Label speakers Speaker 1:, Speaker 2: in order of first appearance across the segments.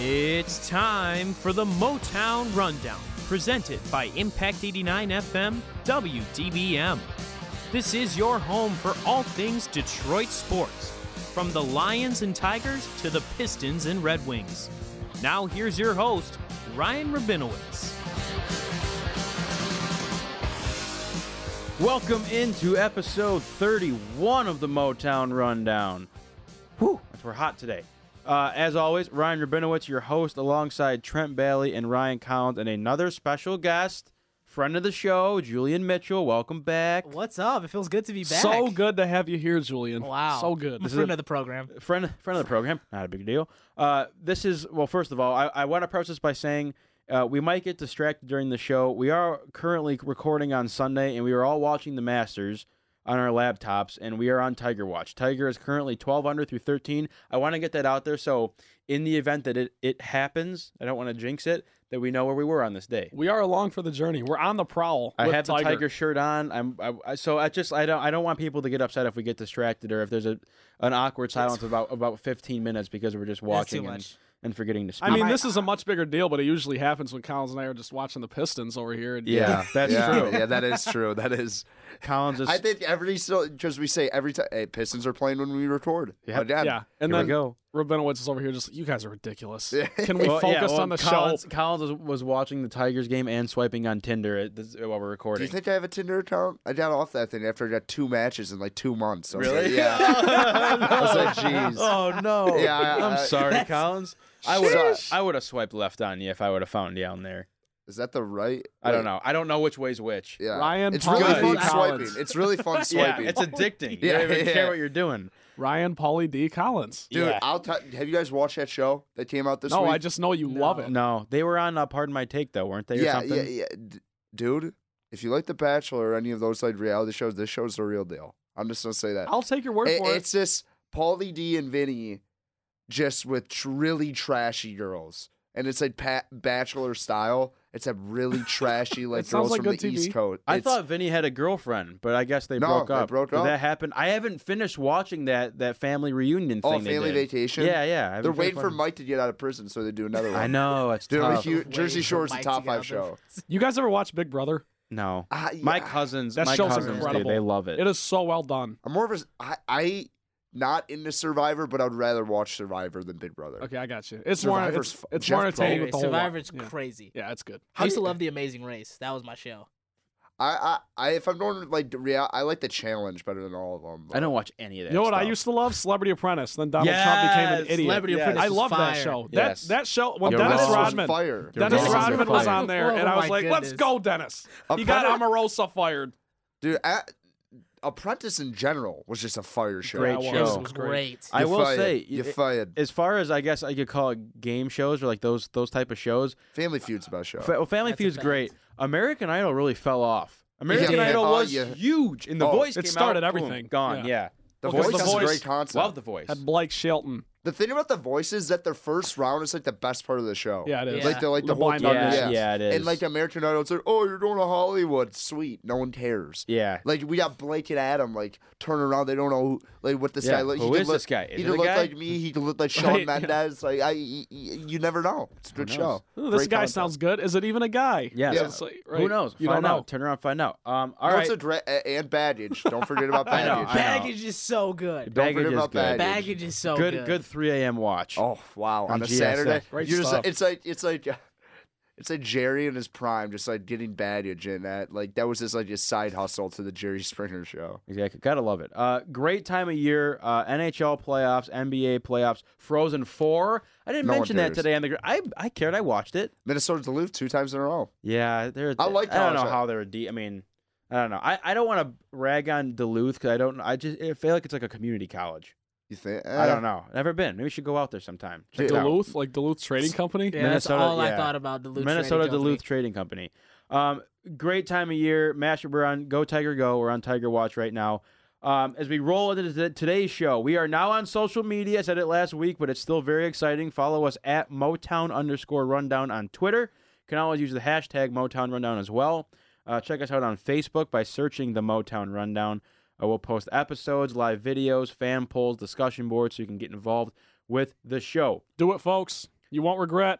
Speaker 1: It's time for the Motown Rundown, presented by Impact 89 FM WDBM. This is your home for all things Detroit sports, from the Lions and Tigers to the Pistons and Red Wings. Now, here's your host, Ryan Rabinowitz.
Speaker 2: Welcome into episode 31 of the Motown Rundown. Whew, we're hot today. Uh, as always, Ryan Rabinowitz, your host, alongside Trent Bailey and Ryan Collins, and another special guest, friend of the show, Julian Mitchell. Welcome back.
Speaker 3: What's up? It feels good to be back.
Speaker 4: So good to have you here, Julian.
Speaker 3: Wow.
Speaker 4: So good.
Speaker 2: is
Speaker 3: This
Speaker 2: a-
Speaker 3: friend of the program.
Speaker 2: friend friend of the program. Not a big deal. Uh, this is well. First of all, I, I want to preface this by saying uh, we might get distracted during the show. We are currently recording on Sunday, and we are all watching the Masters on our laptops, and we are on Tiger Watch. Tiger is currently 12 under through 13. I want to get that out there. So in the event that it it happens, I don't want to jinx it. That we know where we were on this day.
Speaker 4: We are along for the journey. We're on the prowl.
Speaker 2: I
Speaker 4: with
Speaker 2: have
Speaker 4: Tiger.
Speaker 2: the tiger shirt on. I'm I, I- so I just I don't I don't want people to get upset if we get distracted or if there's a an awkward silence about about 15 minutes because we're just
Speaker 3: That's too
Speaker 2: watching and,
Speaker 3: much.
Speaker 2: and forgetting to speak.
Speaker 4: I mean,
Speaker 3: Alright.
Speaker 4: this is a much bigger deal, but it usually happens when Collins and I are just watching the Pistons over here. And
Speaker 2: Yeah, that's
Speaker 5: yeah,
Speaker 2: true.
Speaker 5: Yeah, that is true. That is.
Speaker 2: Collins is
Speaker 5: I think every so because we say every time hey, Pistons are playing when we record.
Speaker 2: Yep.
Speaker 5: Again.
Speaker 4: yeah. And
Speaker 2: here we
Speaker 4: then
Speaker 2: go.
Speaker 4: Rabinowitz is over here just, you guys are ridiculous. Can we
Speaker 2: Well,
Speaker 4: focus
Speaker 2: yeah, well,
Speaker 4: on the
Speaker 2: Collins,
Speaker 4: show?
Speaker 2: Collins was, was watching the Tigers game and swiping on Tinder at this, while we're
Speaker 5: Do
Speaker 2: recording.
Speaker 5: you think I have a Tinder account? I got off that thing after I got two matches in like two months. I was
Speaker 2: Really?
Speaker 5: Like, yeah. I was like, jeez.
Speaker 2: oh no!
Speaker 5: Yeah, I-
Speaker 2: I'm
Speaker 5: I-
Speaker 2: sorry,
Speaker 3: That's-
Speaker 2: Collins. I would have
Speaker 5: Sheesh.
Speaker 2: I would have swiped left on you if I would have found you on there.
Speaker 5: Is that the right?
Speaker 2: I don't
Speaker 5: wait,
Speaker 2: know. I don't know which way's which.
Speaker 5: Yeah.
Speaker 4: Ryan
Speaker 5: it's
Speaker 4: Paul
Speaker 5: really
Speaker 4: D.
Speaker 5: fun
Speaker 4: Collins.
Speaker 5: swiping. It's really fun
Speaker 2: Yeah,
Speaker 5: swiping.
Speaker 2: it's addicting. you
Speaker 5: Yeah,
Speaker 2: don't even
Speaker 5: yeah.
Speaker 2: care what you're doing.
Speaker 4: Ryan Pauly D. Collins.
Speaker 5: Dude,
Speaker 2: yeah.
Speaker 5: I'll tell. Have you guys watched that show that came out this
Speaker 4: No,
Speaker 5: week?
Speaker 4: I just know you love it.
Speaker 2: No, they were on uh, Pardon My Take though, weren't they? Or
Speaker 5: yeah,
Speaker 2: something?
Speaker 5: yeah, yeah, D- dude. If you like The Bachelor or any of those like reality shows, this show's the real deal. I'm just gonna say that.
Speaker 4: I'll take your word
Speaker 5: It-
Speaker 4: for it.
Speaker 5: it's just Paulie D and Vinny just with tr- really trashy girls. And it's like pa- bachelor style. It's a really trashy like
Speaker 4: It sounds
Speaker 5: girls
Speaker 4: like
Speaker 5: from the
Speaker 4: good TV.
Speaker 5: East Coast.
Speaker 2: I
Speaker 5: It's-
Speaker 2: thought Vinny had a girlfriend, but I guess they
Speaker 5: No,
Speaker 2: broke
Speaker 5: they
Speaker 2: up.
Speaker 5: broke
Speaker 2: Did
Speaker 5: up.
Speaker 2: that happen? I haven't finished watching that that family reunion
Speaker 5: oh
Speaker 2: thing. they
Speaker 5: family
Speaker 2: did.
Speaker 5: vacation.
Speaker 2: Yeah, yeah. I haven't
Speaker 5: They're
Speaker 2: finished
Speaker 5: waiting for
Speaker 2: watching-
Speaker 5: Mike to get out of prison, so they do another one.
Speaker 2: I know it's
Speaker 5: Dude, I'm a
Speaker 2: tough.
Speaker 5: huge Jersey
Speaker 3: Waiting for
Speaker 5: Shore is a
Speaker 3: Mike
Speaker 5: top
Speaker 3: to get
Speaker 5: five
Speaker 3: out there.
Speaker 5: show.
Speaker 4: You guys ever watch Big Brother?
Speaker 2: No,
Speaker 5: Ah,
Speaker 2: my
Speaker 5: yeah,
Speaker 2: cousins,
Speaker 4: That
Speaker 2: my
Speaker 4: show's
Speaker 2: cousins, dude,
Speaker 4: incredible.
Speaker 2: they love it.
Speaker 4: It is so well done.
Speaker 5: I'm more of a I I not into Survivor, but I'd rather watch Survivor than Big Brother.
Speaker 4: Okay, I got you. It's more
Speaker 5: Survivor's
Speaker 4: it's,
Speaker 5: fu-
Speaker 4: it's
Speaker 5: Jeff
Speaker 4: more entertaining
Speaker 5: Probst.
Speaker 4: with
Speaker 3: Anyway,
Speaker 4: the whole lot.
Speaker 3: Survivor's
Speaker 4: Yeah.
Speaker 3: crazy.
Speaker 4: Yeah, it's good.
Speaker 3: I used to love The Amazing Race. That was my show.
Speaker 5: I, I I if I'm going like real, I like the challenge better than all of them.
Speaker 2: I don't watch any of that.
Speaker 4: You know what I
Speaker 2: stuff.
Speaker 4: used to love? Celebrity Apprentice. Then Donald Trump became an
Speaker 2: Yes,
Speaker 4: idiot.
Speaker 3: Celebrity
Speaker 2: Yes.
Speaker 3: Apprentice
Speaker 4: I
Speaker 3: is
Speaker 4: love that
Speaker 3: fire.
Speaker 4: show.
Speaker 2: Yes.
Speaker 4: That that show when
Speaker 2: You're
Speaker 4: Dennis
Speaker 2: wrong.
Speaker 4: Rodman.
Speaker 5: fire.
Speaker 2: You're
Speaker 4: Dennis
Speaker 2: wrong.
Speaker 4: Rodman was
Speaker 2: Fire.
Speaker 4: on there, and I
Speaker 3: Oh
Speaker 4: was
Speaker 3: my
Speaker 4: like,
Speaker 3: goodness.
Speaker 4: "Let's go, Dennis." He got
Speaker 5: Apprentice-
Speaker 4: Omarosa fired.
Speaker 5: Dude, a Apprentice in general was just a fire show.
Speaker 2: Great
Speaker 4: Yeah,
Speaker 3: It
Speaker 4: it
Speaker 3: was
Speaker 2: show.
Speaker 4: was
Speaker 3: great.
Speaker 2: I
Speaker 5: You're
Speaker 2: will
Speaker 5: fired.
Speaker 2: say,
Speaker 5: you
Speaker 2: it-
Speaker 5: fired.
Speaker 2: as far as I guess I could call it game shows or like those those type of shows.
Speaker 5: Family Feud's the best show.
Speaker 2: Fa- well, Family
Speaker 3: That's a
Speaker 2: Feud's
Speaker 3: fact.
Speaker 2: great. American Idol really fell off. American
Speaker 5: Yeah.
Speaker 2: Idol
Speaker 5: Oh,
Speaker 2: was
Speaker 5: yeah.
Speaker 2: huge, and The
Speaker 5: Oh,
Speaker 2: Voice
Speaker 4: it
Speaker 2: came
Speaker 4: started
Speaker 2: out, boom,
Speaker 4: everything.
Speaker 2: gone.
Speaker 4: Yeah.
Speaker 2: Yeah,
Speaker 5: the
Speaker 4: because
Speaker 5: voice
Speaker 4: The
Speaker 5: is a
Speaker 4: Voice-
Speaker 5: great concept.
Speaker 2: Love The Voice.
Speaker 4: Had Blake Shelton.
Speaker 5: the thing about the voice is that their first round is like the best part of the show.
Speaker 4: Yeah, it is.
Speaker 5: Like the like
Speaker 4: The
Speaker 5: the, whole
Speaker 4: blind
Speaker 5: team-
Speaker 2: audition. Yeah, it
Speaker 5: And
Speaker 2: is.
Speaker 5: like American Idol, it's like, oh, you're going to Hollywood, sweet, no one cares.
Speaker 2: yeah.
Speaker 5: Like we got Blake and Adam like turning around, they don't know who, like what this
Speaker 2: Yeah,
Speaker 5: guy looks.
Speaker 2: who
Speaker 5: he could
Speaker 2: is
Speaker 5: look,
Speaker 2: this guy? Is
Speaker 5: he
Speaker 2: it
Speaker 5: could
Speaker 2: a
Speaker 5: look
Speaker 2: guy?
Speaker 5: like me. He could look like Sean
Speaker 4: Right, yeah.
Speaker 5: Mendez. Like I, y- y- you never know. It's a good
Speaker 2: knows?
Speaker 5: show.
Speaker 4: Ooh, this
Speaker 5: Great
Speaker 4: guy
Speaker 5: concept.
Speaker 4: sounds good. Is it even a guy?
Speaker 2: Yes.
Speaker 4: So it's like, right,
Speaker 2: Who knows?
Speaker 4: You
Speaker 2: find
Speaker 4: don't know.
Speaker 2: out. Turn around, find out. Um, all
Speaker 5: No,
Speaker 2: right.
Speaker 5: it's a dra- a- and baggage. Don't forget about
Speaker 2: I know,
Speaker 5: baggage.
Speaker 2: I know.
Speaker 3: Baggage is so good.
Speaker 5: Don't
Speaker 2: Baggage
Speaker 5: forget
Speaker 2: is
Speaker 5: about
Speaker 2: good.
Speaker 5: baggage.
Speaker 3: Baggage is so good.
Speaker 2: good, good 3 a.m. watch.
Speaker 5: Oh wow! On,
Speaker 2: On
Speaker 5: a
Speaker 2: GSF.
Speaker 5: Saturday,
Speaker 4: Great
Speaker 5: you're just like,
Speaker 4: stuff.
Speaker 5: it's like it's like uh, it's like Jerry in his prime, just like getting baggage in that. Like that was just like his side hustle to the Jerry Springer show.
Speaker 2: Exactly. Gotta love it. Uh, great time of year. Uh, NHL playoffs, NBA playoffs, Frozen Four. I didn't
Speaker 5: No one
Speaker 2: mention that
Speaker 5: cares.
Speaker 2: today on the. gr- I I cared. I watched it.
Speaker 5: Minnesota's Duluth two times in a row.
Speaker 2: Yeah, they're.
Speaker 5: I like
Speaker 2: I don't know
Speaker 5: college.
Speaker 2: how they're deep. I mean, I don't know. I, I don't want to rag on Duluth because I don't. I just I feel like it's like a community college.
Speaker 5: You think? Eh.
Speaker 2: I don't know. Never been. Maybe we should go out there sometime. Check it out.
Speaker 4: Duluth, like Duluth Trading Company.
Speaker 3: Yeah, that's
Speaker 2: Minnesota-
Speaker 3: all I
Speaker 2: yeah.
Speaker 3: thought about Duluth. Trading
Speaker 2: Minnesota
Speaker 3: Company.
Speaker 2: Duluth Trading Company. Um, great time of year. Mash, we're on Go Tiger Go. We're on Tiger Watch right now. Um, as we roll into t- today's show, we are now on social media. I said it last week, but it's still very exciting. Follow us at Motown underscore rundown on Twitter. Can always use the hashtag Motown Rundown as well. Uh, check us out on Facebook by searching the Motown Rundown. Uh, we'll post episodes, live videos, fan polls, discussion boards, so you can get involved with the show.
Speaker 4: Do it, folks. You won't regret.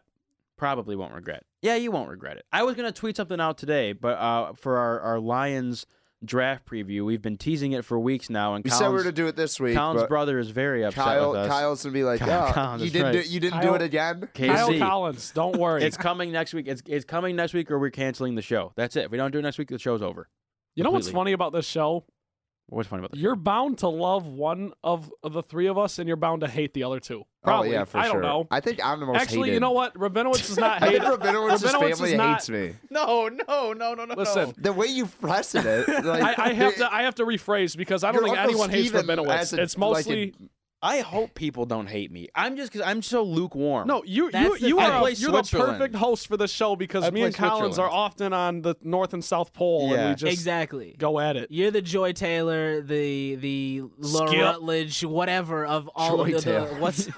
Speaker 2: Probably won't regret. Yeah, you won't regret it. I was gonna tweet something out today, but uh, for our, our Lions draft preview, we've been teasing it for weeks now, and
Speaker 5: We
Speaker 2: Colin's,
Speaker 5: said we were to do it this week.
Speaker 2: Colin's
Speaker 5: but
Speaker 2: brother is very upset
Speaker 5: Kyle,
Speaker 2: with us.
Speaker 5: Kyle's gonna be like,
Speaker 2: Kyle-
Speaker 5: "Oh,
Speaker 2: Kyle,
Speaker 5: you
Speaker 2: that's
Speaker 5: didn't,
Speaker 2: right.
Speaker 5: do, you didn't
Speaker 4: Kyle-
Speaker 5: do it again." Oh,
Speaker 4: Kyle
Speaker 2: KC.
Speaker 4: Collins, don't worry.
Speaker 2: It's coming next week. It's it's coming next week, or we're canceling the show. That's it. If we don't do it next week, the show's over.
Speaker 4: you know what's
Speaker 2: completely.
Speaker 4: funny about this show?
Speaker 2: What's funny about that?
Speaker 4: You're bound to love one of of the three of us, and you're bound to hate the other two. Probably.
Speaker 5: Oh yeah, for
Speaker 4: I don't
Speaker 5: sure.
Speaker 4: know.
Speaker 5: I think I'm the most.
Speaker 4: Actually,
Speaker 5: hated.
Speaker 4: you know what? Rabinowitz is not
Speaker 5: I think
Speaker 4: hated.
Speaker 5: Rabinowitz's
Speaker 4: Rabinowitz is
Speaker 5: family
Speaker 4: not-
Speaker 5: hates me.
Speaker 3: No, no, no, no, no.
Speaker 4: Listen,
Speaker 5: The way you press it,
Speaker 4: I,
Speaker 5: like,
Speaker 4: I have to I have to rephrase because I don't
Speaker 5: Your
Speaker 4: think
Speaker 5: Uncle
Speaker 4: anyone hates
Speaker 5: Steven as
Speaker 4: Rabinowitz.
Speaker 5: a-
Speaker 4: It's mostly
Speaker 5: like
Speaker 2: I hope people don't hate me. I'm just because I'm so lukewarm.
Speaker 4: no. You you
Speaker 3: That's the
Speaker 4: you
Speaker 3: thing.
Speaker 2: I
Speaker 4: are
Speaker 2: play
Speaker 4: a- you're the
Speaker 2: Switzerland.
Speaker 4: perfect host for this show because
Speaker 2: I
Speaker 4: me
Speaker 2: play
Speaker 4: and Collins
Speaker 2: Switzerland.
Speaker 4: are often on the North and South Pole, and
Speaker 2: Yeah.
Speaker 4: we just
Speaker 3: exactly.
Speaker 4: go at it.
Speaker 3: You're the Joy Taylor, the the Laura
Speaker 4: Skip.
Speaker 3: Rutledge, whatever of all
Speaker 5: Joy
Speaker 3: of the, the
Speaker 5: Taylor.
Speaker 3: what's.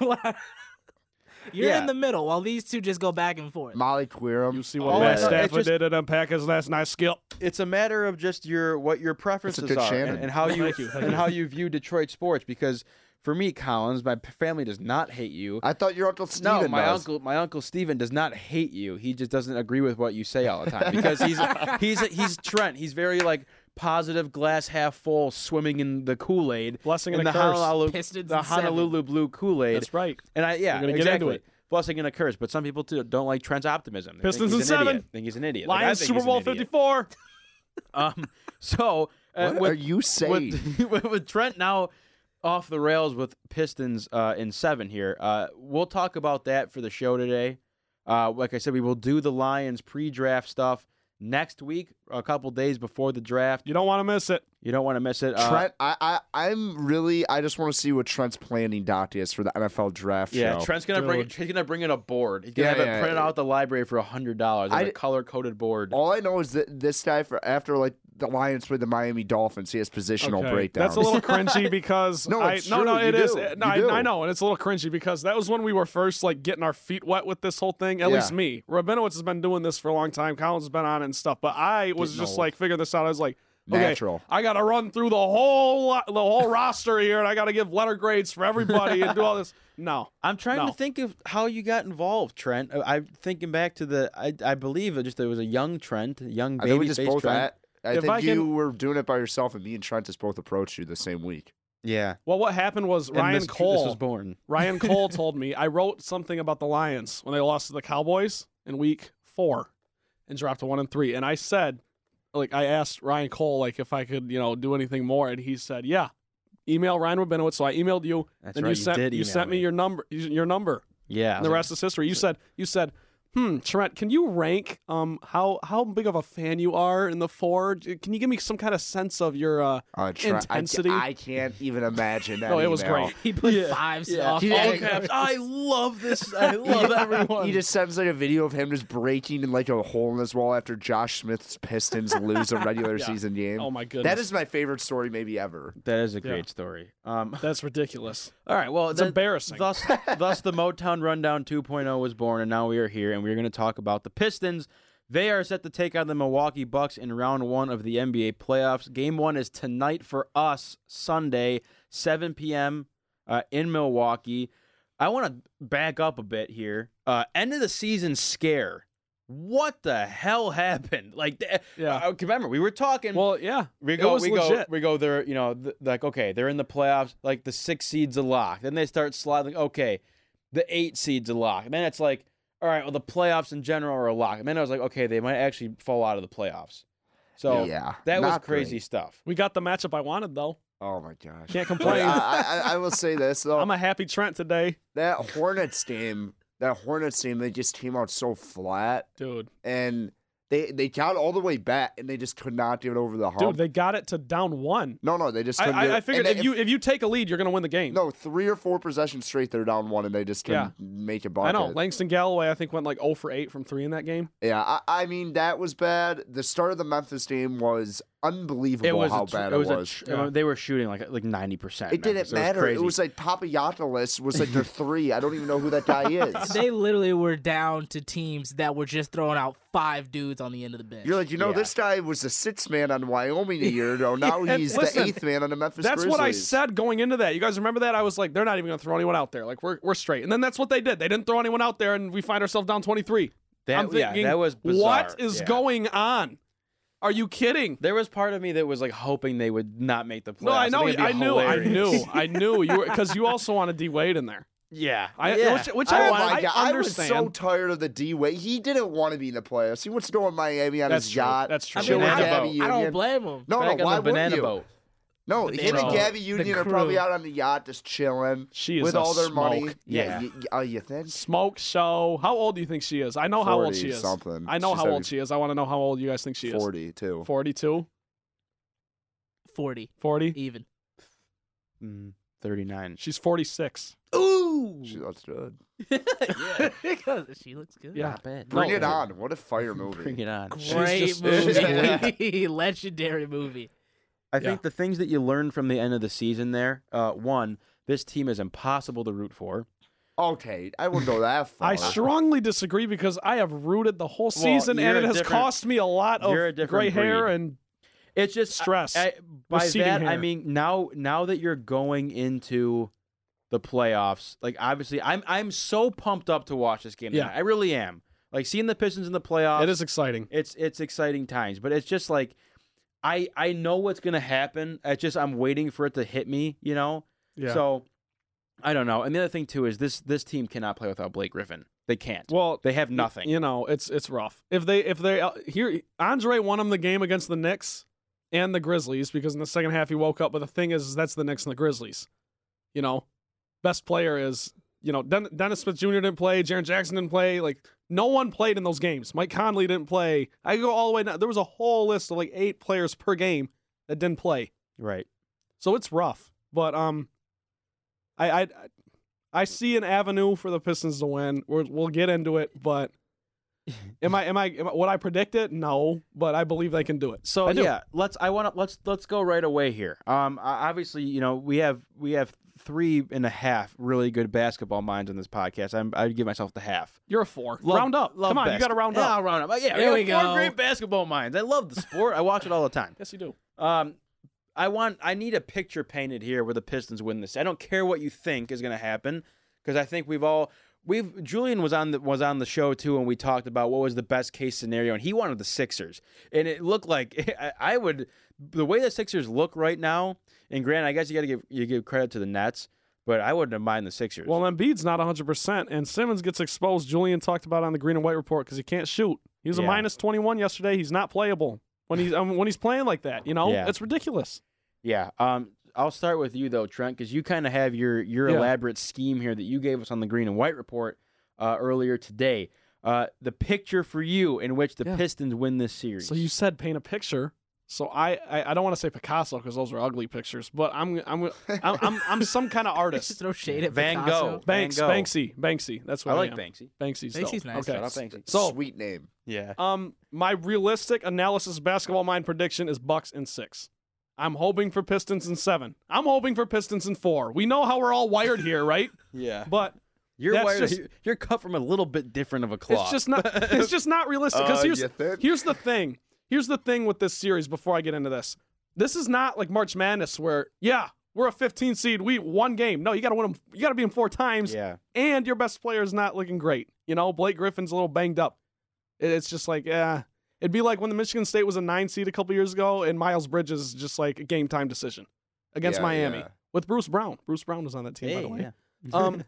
Speaker 3: You're
Speaker 2: Yeah.
Speaker 3: in the middle while these two just go back and forth.
Speaker 5: Molly Queerum.
Speaker 4: You see what
Speaker 2: Oh,
Speaker 4: Matt
Speaker 2: it's- it's
Speaker 4: Stafford
Speaker 2: just-
Speaker 4: did at Unpackers last night, Skip.
Speaker 2: it's a matter of just your what your preferences
Speaker 5: good
Speaker 2: are and,
Speaker 5: Shannon.
Speaker 2: and how you,
Speaker 4: Thank you, thank
Speaker 2: and
Speaker 4: you.
Speaker 2: how you view Detroit sports. Because for me, Collins, my p- family does not hate you.
Speaker 5: I thought your uncle Steven
Speaker 2: no, my
Speaker 5: does.
Speaker 2: uncle, my uncle Steven does not hate you. He just doesn't agree with what you say all the time because he's he's he's Trent. He's very like positive, glass half full, swimming in the Kool Aid,
Speaker 4: Blessing
Speaker 2: in
Speaker 4: and
Speaker 2: the
Speaker 4: a curse.
Speaker 2: Honolulu,
Speaker 3: Pistons
Speaker 2: the
Speaker 3: and seven.
Speaker 2: Honolulu Blue Kool Aid.
Speaker 4: That's right.
Speaker 2: And I yeah,
Speaker 4: We're gonna get
Speaker 2: exactly.
Speaker 4: into it.
Speaker 2: Blessing and a curse, but some people too don't like Trent's optimism. They
Speaker 4: Pistons
Speaker 2: think
Speaker 4: and
Speaker 2: he's an
Speaker 4: seven.
Speaker 2: Idiot. Think he's an idiot. Like, I
Speaker 4: Lions
Speaker 2: think
Speaker 4: Super
Speaker 2: he's an
Speaker 4: Bowl
Speaker 2: idiot.
Speaker 4: 54.
Speaker 2: Um, so uh,
Speaker 5: What
Speaker 2: with-
Speaker 5: are you saying?
Speaker 2: with, with, with Trent now off the rails with Pistons uh, in seven here. Uh, we'll talk about that for the show today. Uh, like I said, we will do the Lions pre-draft stuff next week, a couple days before the draft.
Speaker 4: You don't want to miss it.
Speaker 2: You don't want to miss it. Uh,
Speaker 5: Trent, I, I, I'm really, I just want to see what Trent's planning doc is for the NFL draft
Speaker 2: yeah,
Speaker 5: show.
Speaker 2: Trent's gonna bring it,
Speaker 4: Dude.
Speaker 2: he's gonna bring in a board. He's gonna
Speaker 5: Yeah,
Speaker 2: have
Speaker 5: yeah,
Speaker 2: it printed
Speaker 5: yeah.
Speaker 2: out at the library for hundred dollars.
Speaker 5: I
Speaker 2: Like a
Speaker 5: d-
Speaker 2: color coded board.
Speaker 5: All I know is that this guy, for after like the Lions with the Miami Dolphins, he has positional
Speaker 4: Okay.
Speaker 5: breakdown.
Speaker 4: That's a little cringy because
Speaker 5: No,
Speaker 4: I,
Speaker 5: it's
Speaker 4: no,
Speaker 5: true.
Speaker 4: no,
Speaker 5: You
Speaker 4: it is.
Speaker 5: do.
Speaker 4: No,
Speaker 5: You
Speaker 4: I,
Speaker 5: do.
Speaker 4: I know, and it's a little cringy because that was when we were first like getting our feet wet with this whole thing. At
Speaker 5: Yeah.
Speaker 4: least me, Rabinowitz has been doing this for a long time. Collins has been on it and stuff, but I was
Speaker 5: Getting
Speaker 4: just
Speaker 5: old.
Speaker 4: like figuring this out. I was like, okay,
Speaker 5: Natural.
Speaker 4: I got to run through the whole lo- the whole roster here, and I got to give letter grades for everybody and do all this. No,
Speaker 2: I'm trying
Speaker 4: No.
Speaker 2: to think of how you got involved, Trent. I- I'm thinking back to the, I, I believe it just there was a young Trent, a young
Speaker 5: I
Speaker 2: baby
Speaker 5: think we just both
Speaker 2: Trent.
Speaker 5: at, I
Speaker 4: If
Speaker 5: think
Speaker 4: I
Speaker 5: you
Speaker 4: can-
Speaker 5: were doing it by yourself, and me and Trent just both approached you the same week.
Speaker 2: Yeah,
Speaker 4: well, what happened was
Speaker 2: And
Speaker 4: Ryan
Speaker 2: this- This
Speaker 4: Cole.
Speaker 2: was born.
Speaker 4: Ryan Cole told me I wrote something about the Lions when they lost to the Cowboys in week four and dropped a one and three. And I said, like, I asked Ryan Cole, like, if I could, you know, do anything more. And he said, yeah, email Ryan Rabinowitz. So I emailed you.
Speaker 2: That's
Speaker 4: then
Speaker 2: right.
Speaker 4: you
Speaker 2: you
Speaker 4: sent,
Speaker 2: did email
Speaker 4: sent me, your number, your number.
Speaker 2: yeah. I
Speaker 4: And
Speaker 2: was
Speaker 4: the
Speaker 2: like,
Speaker 4: rest is history. You said, you said, hmm, Trent, can you rank, um, how, how big of a fan you are in the four? Can you give me some kind of sense of your, uh,
Speaker 5: Uh, Trent, I ca-
Speaker 4: Intensity.
Speaker 5: I, can't even imagine that.
Speaker 4: No, it was
Speaker 5: email.
Speaker 4: great.
Speaker 3: He put
Speaker 2: Yeah.
Speaker 3: fives
Speaker 2: Yeah.
Speaker 3: off.
Speaker 5: He-
Speaker 3: all
Speaker 5: he-
Speaker 3: caps.
Speaker 2: I love this. I love everyone.
Speaker 5: He just sends like a video of him just breaking in like a hole in his wall after Josh Smith's Pistons lose a regular season game.
Speaker 4: oh my goodness.
Speaker 5: That is my favorite story maybe ever.
Speaker 2: that is a great
Speaker 4: Yeah.
Speaker 2: story. Um,
Speaker 4: That's ridiculous.
Speaker 2: all right. Well,
Speaker 4: It's
Speaker 2: that-
Speaker 4: embarrassing.
Speaker 2: Thus, thus, the Motown Rundown 2.0 was born, and now we are here, and we're going to talk about the Pistons. They are set to take on the Milwaukee Bucks in round one of the NBA playoffs. Game one is tonight for us, Sunday, 7 p.m. Uh, in Milwaukee. I want to back up a bit here. Uh, end of the season scare. What the hell happened? Like, th-
Speaker 4: Yeah.
Speaker 2: uh, remember we were talking.
Speaker 4: Well, yeah.
Speaker 2: We
Speaker 4: It
Speaker 2: go,
Speaker 4: was
Speaker 2: we go,
Speaker 4: legit.
Speaker 2: we go. They're you know th- like okay, they're in the playoffs. Like the six seeds a lock. Then they start sliding. Okay, the eight seeds a lock. And then it's like all right, well the playoffs in general are a lock. And then I was like okay, they might actually fall out of the playoffs. So
Speaker 5: yeah.
Speaker 2: that was
Speaker 5: not
Speaker 2: crazy
Speaker 5: great.
Speaker 2: stuff.
Speaker 4: We got the matchup I wanted though.
Speaker 5: Oh my gosh.
Speaker 4: Can't
Speaker 5: But
Speaker 4: complain.
Speaker 5: I, I, I will say this though.
Speaker 4: I'm a happy Trent today,
Speaker 5: that Hornets game, that Hornets game, they just came out so flat
Speaker 4: dude.
Speaker 5: and they they got all the way back and they just could not get over the hump.
Speaker 4: Dude, they got it to down one.
Speaker 5: no, no, they just
Speaker 4: I,
Speaker 5: couldn't do
Speaker 4: I, I
Speaker 5: it.
Speaker 4: figured
Speaker 5: And
Speaker 4: if, you if you take a lead, you're gonna win the game.
Speaker 5: no three or four possessions straight, they're down one and they just
Speaker 4: Yeah.
Speaker 5: couldn't make a bucket.
Speaker 4: I know. Langston Galloway, I think went like 0 for 8 from three in that game.
Speaker 5: Yeah, I, I mean that was bad. The start of the Memphis game was unbelievable
Speaker 2: It was
Speaker 5: how
Speaker 2: a, tr-
Speaker 5: bad
Speaker 2: it was. a
Speaker 5: was. Uh,
Speaker 2: tr- they were shooting like like ninety percent.
Speaker 5: it didn't matter.
Speaker 2: It was, crazy.
Speaker 5: like Papayiopoulos was like their three. I don't even know who that guy is.
Speaker 3: They literally were down to teams that were just throwing out five dudes on the end of the bench.
Speaker 5: You're like, you know,
Speaker 2: Yeah.
Speaker 5: this guy was the sixth man on Wyoming a year ago. Now
Speaker 4: Yeah,
Speaker 5: he's
Speaker 4: listen,
Speaker 5: the eighth man on the Memphis
Speaker 4: That's
Speaker 5: Grizzlies.
Speaker 4: what I said going into that. You guys remember that? I was like, they're not even going to throw anyone out there. Like, we're, we're straight. And then that's what they did. They didn't throw anyone out there, and we find ourselves down 23.
Speaker 2: that,
Speaker 4: I'm thinking,
Speaker 2: yeah, that was bizarre.
Speaker 4: what is
Speaker 2: Yeah.
Speaker 4: going on? Are you kidding?
Speaker 2: There was part of me that was like hoping they would not make the playoffs.
Speaker 4: No, I know.
Speaker 2: think it'd be
Speaker 4: I knew. I knew.
Speaker 2: hilarious.
Speaker 4: I knew. You because you also wanted D Wade in there.
Speaker 2: yeah,
Speaker 4: I,
Speaker 2: yeah.
Speaker 4: Which, which
Speaker 5: Oh
Speaker 4: I,
Speaker 5: my
Speaker 4: I
Speaker 5: god!
Speaker 4: understand.
Speaker 5: I was so tired of the D way. He didn't want to be in the playoffs. He wants to go in Miami on
Speaker 4: That's
Speaker 5: his
Speaker 4: true.
Speaker 5: yacht.
Speaker 4: That's true.
Speaker 3: I,
Speaker 5: Chill
Speaker 3: mean,
Speaker 5: with
Speaker 3: I,
Speaker 5: Gabby
Speaker 3: don't, I don't
Speaker 5: Union.
Speaker 3: blame them.
Speaker 5: No,
Speaker 2: Back on
Speaker 5: no. Why
Speaker 2: the
Speaker 5: would
Speaker 2: banana
Speaker 5: you?
Speaker 2: boat.
Speaker 5: No,
Speaker 3: The
Speaker 5: him
Speaker 3: banana
Speaker 5: and
Speaker 3: boat.
Speaker 5: Gabby
Speaker 3: The
Speaker 5: Union are
Speaker 3: crew.
Speaker 5: probably out on the yacht just chilling
Speaker 4: She is
Speaker 5: with
Speaker 4: a
Speaker 5: all their money.
Speaker 4: smoke.
Speaker 2: Yeah.
Speaker 5: y- y- oh, you think?
Speaker 4: Smoke show. How old do you think she is? I know how old she
Speaker 5: 40
Speaker 4: is.
Speaker 5: something.
Speaker 4: I know
Speaker 5: She's
Speaker 4: how
Speaker 5: gotta
Speaker 4: old
Speaker 5: be
Speaker 4: she is. I want to know how old you guys think she is.
Speaker 5: Forty too.
Speaker 4: 42?
Speaker 3: Forty
Speaker 4: 40?
Speaker 3: even.
Speaker 2: Mm, Thirty-nine.
Speaker 4: She's 46.
Speaker 3: Ooh.
Speaker 5: She, that's good.
Speaker 3: because she looks good.
Speaker 4: Yeah.
Speaker 2: Not bad.
Speaker 5: Bring
Speaker 2: No,
Speaker 5: it on! What a fire movie!
Speaker 2: Bring it on.
Speaker 3: Great
Speaker 4: just-
Speaker 3: movie. Legendary movie.
Speaker 2: I
Speaker 4: Yeah.
Speaker 2: think the things that you learn from the end of the season there. Uh, one, this team is impossible to root for.
Speaker 5: Okay, I won't go that far.
Speaker 4: I strongly disagree because I have rooted the whole
Speaker 2: Well,
Speaker 4: season
Speaker 2: you're
Speaker 4: and it
Speaker 2: a
Speaker 4: has
Speaker 2: different-
Speaker 4: cost me a lot of
Speaker 2: you're a different
Speaker 4: gray hair
Speaker 2: breed.
Speaker 4: and
Speaker 2: It's just I-
Speaker 4: stress.
Speaker 2: I, by
Speaker 4: receding
Speaker 2: that I
Speaker 4: hair.
Speaker 2: mean now now that you're going into the playoffs, like obviously I'm I'm so pumped up to watch this game.
Speaker 4: Yeah.
Speaker 2: tonight. I really am. Like seeing the Pistons in the playoffs.
Speaker 4: it is exciting.
Speaker 2: It's it's exciting times, but it's just like I I know what's gonna happen. I just I'm waiting for it to hit me. You know.
Speaker 4: Yeah.
Speaker 2: So I don't know. And the other thing too is this this team cannot play without Blake Griffin. They can't.
Speaker 4: well,
Speaker 2: They have nothing.
Speaker 4: You know, it's it's rough. If they if they uh, here Andre won them the game against the Knicks and the Grizzlies because in the second half he woke up. But the thing is, is that's the Knicks and the Grizzlies. You know, best player is you know Den- Dennis Smith Jr. didn't play, Jaron Jackson didn't play. Like no one played in those games. Mike Conley didn't play. I could go all the way down. There was a whole list of like eight players per game that didn't play.
Speaker 2: Right.
Speaker 4: So it's rough, but um, I I I see an avenue for the Pistons to win. We're, we'll get into it, but am I am I, am I would I predict it? No, but I believe they can do it.
Speaker 2: So
Speaker 4: I do.
Speaker 2: yeah, let's. I want to let's let's go right away here. Um, o- obviously, you know we have we have three and a half really good basketball minds on this podcast. I'm, I'd give myself the half.
Speaker 4: You're a four.
Speaker 2: Love-
Speaker 4: round up.
Speaker 2: love
Speaker 4: Come on, you
Speaker 2: basket-
Speaker 4: got to round
Speaker 2: Yeah,
Speaker 4: up.
Speaker 2: I'll round up. Yeah,
Speaker 3: There
Speaker 2: we,
Speaker 3: we
Speaker 2: got
Speaker 3: go.
Speaker 2: Four great basketball minds. I love the sport. I watch it all the time.
Speaker 4: Yes, you do.
Speaker 2: Um, I want. I need a picture painted here where the Pistons win this. I don't care what you think is going to happen because I think we've all we've Julian was on the was on the show too, and we talked about what was the best case scenario, and he wanted the Sixers, and it looked like I, I would the way the Sixers look right now. And Grant, I guess you got to give you give credit to the Nets, but I wouldn't have mind the Sixers.
Speaker 4: Well, Embiid's not 100, percent and Simmons gets exposed. Julian talked about it on the Green and White report because he can't shoot. He was
Speaker 2: Yeah.
Speaker 4: a minus 21 yesterday. He's not playable when he's um, when he's playing like that. You know,
Speaker 2: Yeah.
Speaker 4: it's ridiculous.
Speaker 2: yeah. Um, I'll start with you though, Trent, because you kind of have your your
Speaker 4: Yeah.
Speaker 2: elaborate scheme here that you gave us on the Green and White report uh, earlier today. Uh, the picture for you in which the
Speaker 4: Yeah.
Speaker 2: Pistons win this series.
Speaker 4: So you said paint a picture. So I I, I don't want to say Picasso because those are ugly pictures, but I'm I'm I'm I'm, I'm some kind of
Speaker 3: Just
Speaker 4: artist.
Speaker 3: throw shade at
Speaker 2: Van
Speaker 3: Picasso.
Speaker 2: Gogh.
Speaker 4: Banks,
Speaker 2: Van Gogh.
Speaker 4: Banksy, Banksy. That's
Speaker 2: I
Speaker 4: what I,
Speaker 2: like
Speaker 4: am.
Speaker 2: Banksy.
Speaker 4: Banksy's dope.
Speaker 3: Banksy's nice.
Speaker 4: Okay.
Speaker 2: Shout out Banksy.
Speaker 4: So-
Speaker 5: sweet name.
Speaker 2: Yeah.
Speaker 4: Um, my realistic analysis basketball mind prediction is Bucks in six. I'm hoping for Pistons in seven. I'm hoping for Pistons in four. We know how we're all wired here, right?
Speaker 2: Yeah.
Speaker 4: But
Speaker 2: You're
Speaker 4: that's
Speaker 2: wired,
Speaker 4: just-
Speaker 2: you're- you're cut from a little bit different of a cloth.
Speaker 4: It's just not. It's just not realistic. Because
Speaker 5: Uh,
Speaker 4: here's
Speaker 5: you think?
Speaker 4: here's the thing. Here's the thing with this series. Before I get into this, this is not like March Madness where yeah we're a 15 seed. We one game. No, you got to win them. You got to beat them four times.
Speaker 2: yeah.
Speaker 4: And your best player is not looking great. You know Blake Griffin's a little banged up. It- It's just like yeah. It'd be like when the Michigan State was a nine seed a couple years ago, and Miles Bridges just like a game time decision against
Speaker 5: Yeah,
Speaker 4: Miami
Speaker 5: yeah.
Speaker 4: with Bruce Brown. Bruce Brown was on that team by
Speaker 2: Hey,
Speaker 4: the way.
Speaker 2: yeah.
Speaker 4: Um,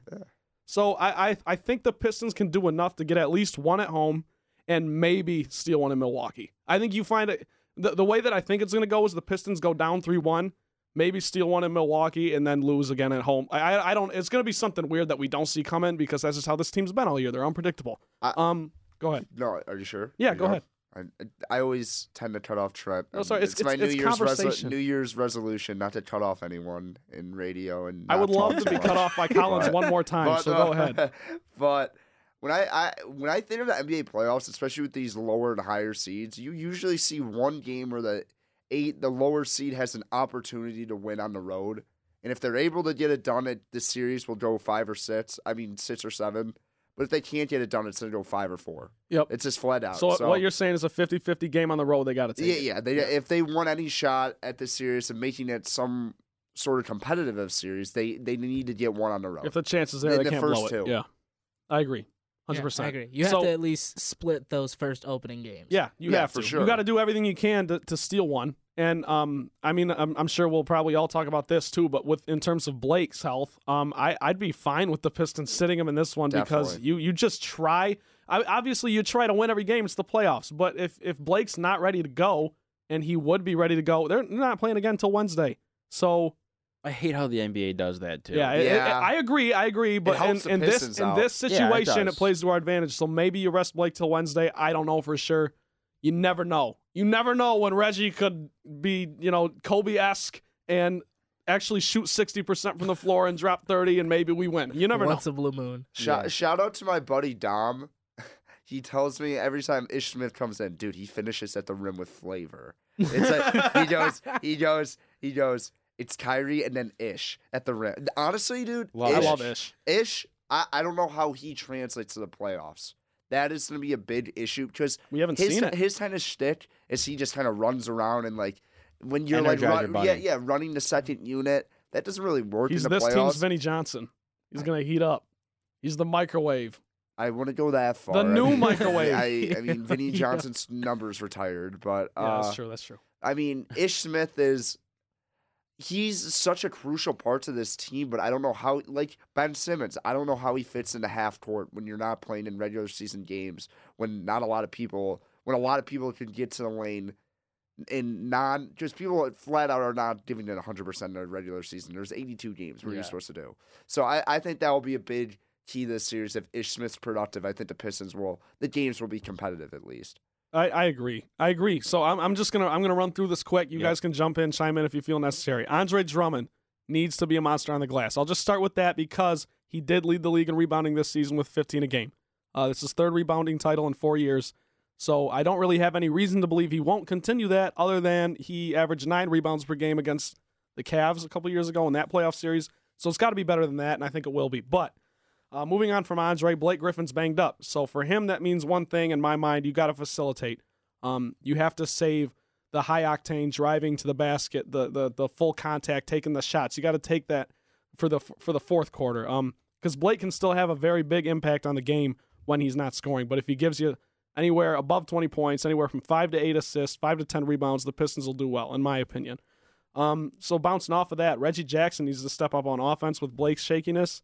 Speaker 4: so I, I I think the Pistons can do enough to get at least one at home and maybe steal one in Milwaukee. I think you find it the, the way that I think it's going to go is the Pistons go down three one, maybe steal one in Milwaukee and then lose again at home. I I, I don't. It's going to be something weird that we don't see coming because that's just how this team's been all year. They're unpredictable.
Speaker 5: I-
Speaker 4: um, go ahead.
Speaker 5: No, are you sure?
Speaker 4: Yeah,
Speaker 5: You
Speaker 4: go
Speaker 5: know?
Speaker 4: ahead.
Speaker 5: I, I always tend to cut off Trent.
Speaker 4: No,
Speaker 5: Um,
Speaker 4: sorry, it's-
Speaker 5: my
Speaker 4: it's-
Speaker 5: New
Speaker 4: it's
Speaker 5: Year's
Speaker 4: conversation.
Speaker 5: New Year's resolution not to cut off anyone in radio and.
Speaker 4: I
Speaker 5: not
Speaker 4: would love
Speaker 5: talk
Speaker 4: to
Speaker 5: too
Speaker 4: be
Speaker 5: much.
Speaker 4: cut off by Collins
Speaker 5: But- uh,
Speaker 4: one more time. so go ahead.
Speaker 5: But when I, I when I think of the NBA playoffs, especially with these lower and higher seeds, you usually see one game where the eight, the lower seed has an opportunity to win on the road. And if they're able to get it done, it, this series will go five or six. I mean, six or seven. But if they can't get it done, it's going to go five or four.
Speaker 4: Yep.
Speaker 5: It's just flat out.
Speaker 4: So,
Speaker 5: So,
Speaker 4: what you're saying is a 50-50 game on the road. They got to take.
Speaker 5: yeah,
Speaker 4: it.
Speaker 5: yeah. They, If they want any shot at this series and making it some sort of competitive of series, they they need to get one on the road.
Speaker 4: If the chances there,
Speaker 5: Then
Speaker 4: they
Speaker 5: Oh. the
Speaker 4: can't blow
Speaker 5: first
Speaker 4: it.
Speaker 5: two.
Speaker 4: Yeah, I agree,
Speaker 3: Yeah,
Speaker 4: hundred percent.
Speaker 3: I agree. You have
Speaker 4: So-
Speaker 3: to at least split those first opening games.
Speaker 4: Yeah, you
Speaker 5: Yeah,
Speaker 4: have
Speaker 5: for
Speaker 4: to.
Speaker 5: sure.
Speaker 4: You got to do everything you can to, to steal one. And um, I mean, I'm, I'm sure we'll probably all talk about this too. But with in terms of Blake's health, um, I I'd be fine with the Pistons sitting him in this one because
Speaker 5: Definitely.
Speaker 4: you you just try. I, obviously, you try to win every game. It's the playoffs. But if if Blake's not ready to go, and he would be ready to go, they're not playing again until Wednesday. So
Speaker 2: I hate how the NBA does that too.
Speaker 4: yeah, it- it-
Speaker 5: Yeah.
Speaker 4: I agree. I agree. But in,
Speaker 5: helps the
Speaker 4: in this
Speaker 5: Pistons
Speaker 4: in
Speaker 5: out.
Speaker 4: this
Speaker 2: Yeah, it
Speaker 4: situation, it,
Speaker 2: does.
Speaker 4: plays to our advantage. So maybe you rest Blake till Wednesday. I don't know for sure. You never know. You never know when Reggie could be, you know, Kobe esque and actually shoot sixty percent from the floor and drop thirty, and maybe we win. You never know.
Speaker 3: Once a blue moon.
Speaker 5: Shout, shout out to my buddy Dom. He tells me every time Ish Smith comes in, dude, he finishes at the rim with flavor. It's like he goes, he goes, he goes. It's Kyrie and then Ish at the rim. Honestly, dude,
Speaker 2: Love
Speaker 5: Ish,
Speaker 4: I love Ish.
Speaker 5: Ish, I, I don't know how he translates to the playoffs. That is going to be a big issue because
Speaker 4: We haven't
Speaker 5: his
Speaker 4: seen it.
Speaker 5: his kind of shtick is he just kind of runs around and like when you're
Speaker 2: Energizer
Speaker 5: like run, yeah
Speaker 2: Bunny.
Speaker 5: yeah running the second unit that doesn't really work
Speaker 4: He's
Speaker 5: in the
Speaker 4: this
Speaker 5: playoffs.
Speaker 4: team's Vinny Johnson. He's gonna heat up. He's the microwave.
Speaker 5: I wouldn't go that far.
Speaker 4: The
Speaker 5: I
Speaker 4: new
Speaker 5: mean,
Speaker 4: microwave.
Speaker 5: I, I mean, Vinny
Speaker 4: Yeah.
Speaker 5: Johnson's numbers retired, but
Speaker 4: Yeah,
Speaker 5: uh,
Speaker 4: that's true. That's true.
Speaker 5: I mean, Ish Smith is he's such a crucial part to this team, but I don't know how like Ben Simmons, I don't know how he fits into half court when you're not playing in regular season games when not a lot of people when a lot of people can get to the lane and non just people flat out are not giving it 100% in the regular season. There's 82 games what are you
Speaker 4: Yeah.
Speaker 5: supposed to do. So I, I think that will be a big key this series if Ish Smith's productive. I think the Pistons will the games will be competitive at least.
Speaker 4: I, I agree. I agree. So I'm, I'm just gonna I'm gonna run through this quick. You
Speaker 2: Yeah.
Speaker 4: guys can jump in, chime in if you feel necessary. Andre Drummond needs to be a monster on the glass. I'll just start with that because he did lead the league in rebounding this season with 15 a game. Uh, this is third rebounding title in four years. So I don't really have any reason to believe he won't continue that, other than he averaged nine rebounds per game against the Cavs a couple years ago in that playoff series. So it's got to be better than that, and I think it will be. But uh, moving on from Andre, Blake Griffin's banged up. So for him, that means one thing in my mind you got to facilitate. Um, you have to save the high octane driving to the basket, the, the, the full contact, taking the shots. You got to take that for the for the fourth quarter. Um, because Blake can still have a very big impact on the game when he's not scoring. But if he gives you anywhere above twenty points, anywhere from five to eight assists, five to ten rebounds, the Pistons will do well, in my opinion. Um, so bouncing off of that, Reggie Jackson needs to step up on offense with Blake's shakiness.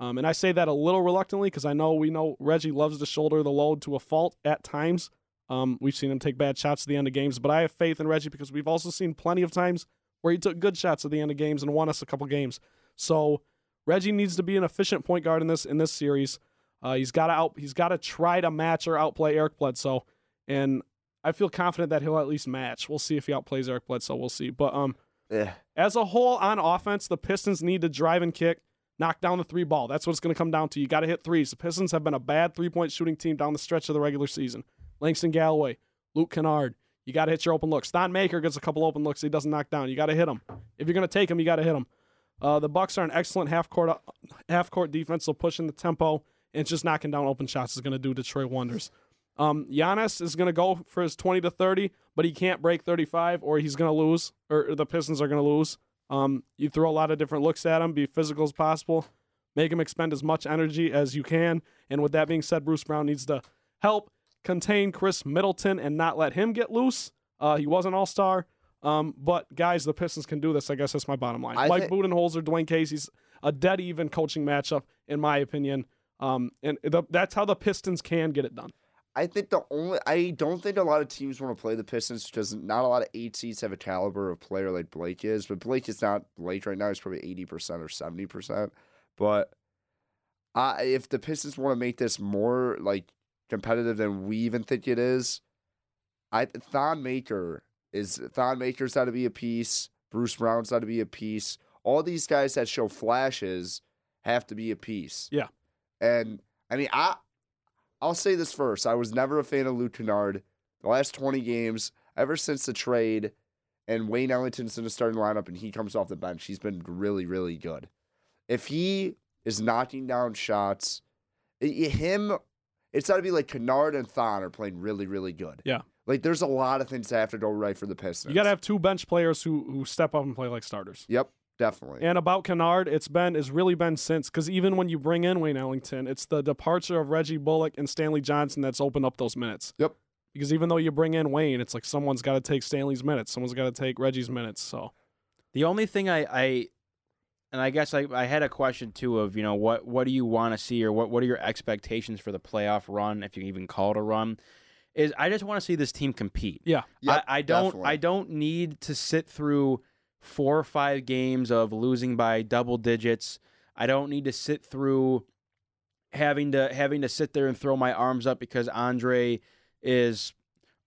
Speaker 4: Um, and I say that a little reluctantly because I know we know Reggie loves to shoulder the load to a fault at times. Um, we've seen him take bad shots at the end of games, but I have faith in Reggie because we've also seen plenty of times where he took good shots at the end of games and won us a couple games. So Reggie needs to be an efficient point guard in this in this series. Uh, he's got to out he's got to try to match or outplay Eric Bledsoe, and I feel confident that he'll at least match. We'll see if he outplays Eric Bledsoe. We'll see, but um,
Speaker 5: Yeah.
Speaker 4: as a whole on offense, the Pistons need to drive and kick, knock down the three ball. That's what it's going to come down to. You got to hit threes. The Pistons have been a bad three point shooting team down the stretch of the regular season. Langston Galloway, Luke Kennard, you got to hit your open looks. Don Maker gets a couple open looks he doesn't knock down. You got to hit him. If you're going to take him, you got to hit him. Uh, the Bucks are an excellent half court uh, half court defense, so pushing the tempo and just knocking down open shots is going to do Detroit wonders. Um, Giannis is going to go for his 20 to 30, but he can't break 35 or he's going to lose or the Pistons are going to lose. Um, you throw a lot of different looks at him, be physical as possible, make him expend as much energy as you can. And with that being said, Bruce Brown needs to help contain Chris Middleton and not let him get loose. Uh, he was an all star. Um, but guys, the Pistons can do this. I guess that's my bottom line.
Speaker 5: I
Speaker 4: Mike
Speaker 5: thi-
Speaker 4: Budenholzer, Dwayne Casey's a dead even coaching matchup, in my opinion. Um, and the, that's how the Pistons can get it done.
Speaker 5: I think the only I don't think a lot of teams want to play the Pistons because not a lot of eight seeds have a caliber of player like Blake is. But Blake is not Blake right now. He's probably eighty percent or seventy percent. But I, if the Pistons want to make this more like competitive than we even think it is, I Thon Maker is Thon Maker's got to be a piece. Bruce Brown's got to be a piece. All these guys that show flashes have to be a piece.
Speaker 4: Yeah.
Speaker 5: and I mean I I'll say this first. I was never a fan of Luke Kennard. The last 20 games, ever since the trade, and Wayne Ellington's in the starting lineup and he comes off the bench, he's been really, really good. If he is knocking down shots, i- i- him, it's got to be like Kennard and Thon are playing really, really good.
Speaker 4: Yeah.
Speaker 5: Like there's a lot of things that have to go right for the Pistons.
Speaker 4: You got to have two bench players who who step up and play like starters.
Speaker 5: Yep, definitely.
Speaker 4: And about Kennard, it's been it's really been since because even when you bring in Wayne Ellington, it's the departure of Reggie Bullock and Stanley Johnson that's opened up those minutes.
Speaker 5: Yep.
Speaker 4: Because even though you bring in Wayne, it's like someone's got to take Stanley's minutes, someone's got to take Reggie's minutes. So
Speaker 2: The only thing I, I and I guess I, I had a question too of, you know, what what do you want to see or what, what are your expectations for the playoff run, if you can even call it a run, is I just want to see this team compete.
Speaker 4: yeah,
Speaker 5: Yep,
Speaker 2: I, I don't
Speaker 5: definitely.
Speaker 2: I don't need to sit through four or five games of losing by double digits. I don't need to sit through having to having to sit there and throw my arms up because Andre is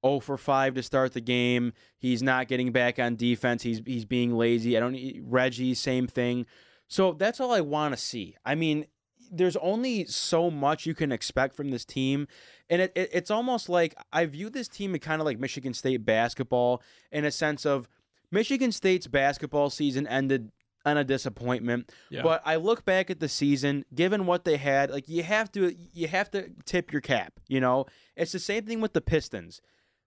Speaker 2: 0 for 5 to start the game. He's not getting back on defense. He's he's being lazy. I don't need Reggie same thing. So that's all I want to see. I mean, there's only so much you can expect from this team and it, it, it's almost like I view this team in kind of like Michigan State basketball in a sense of Michigan State's basketball season ended on a disappointment.
Speaker 4: Yeah.
Speaker 2: But I look back at the season, given what they had, like you have to you have to tip your cap, you know? It's the same thing with the Pistons.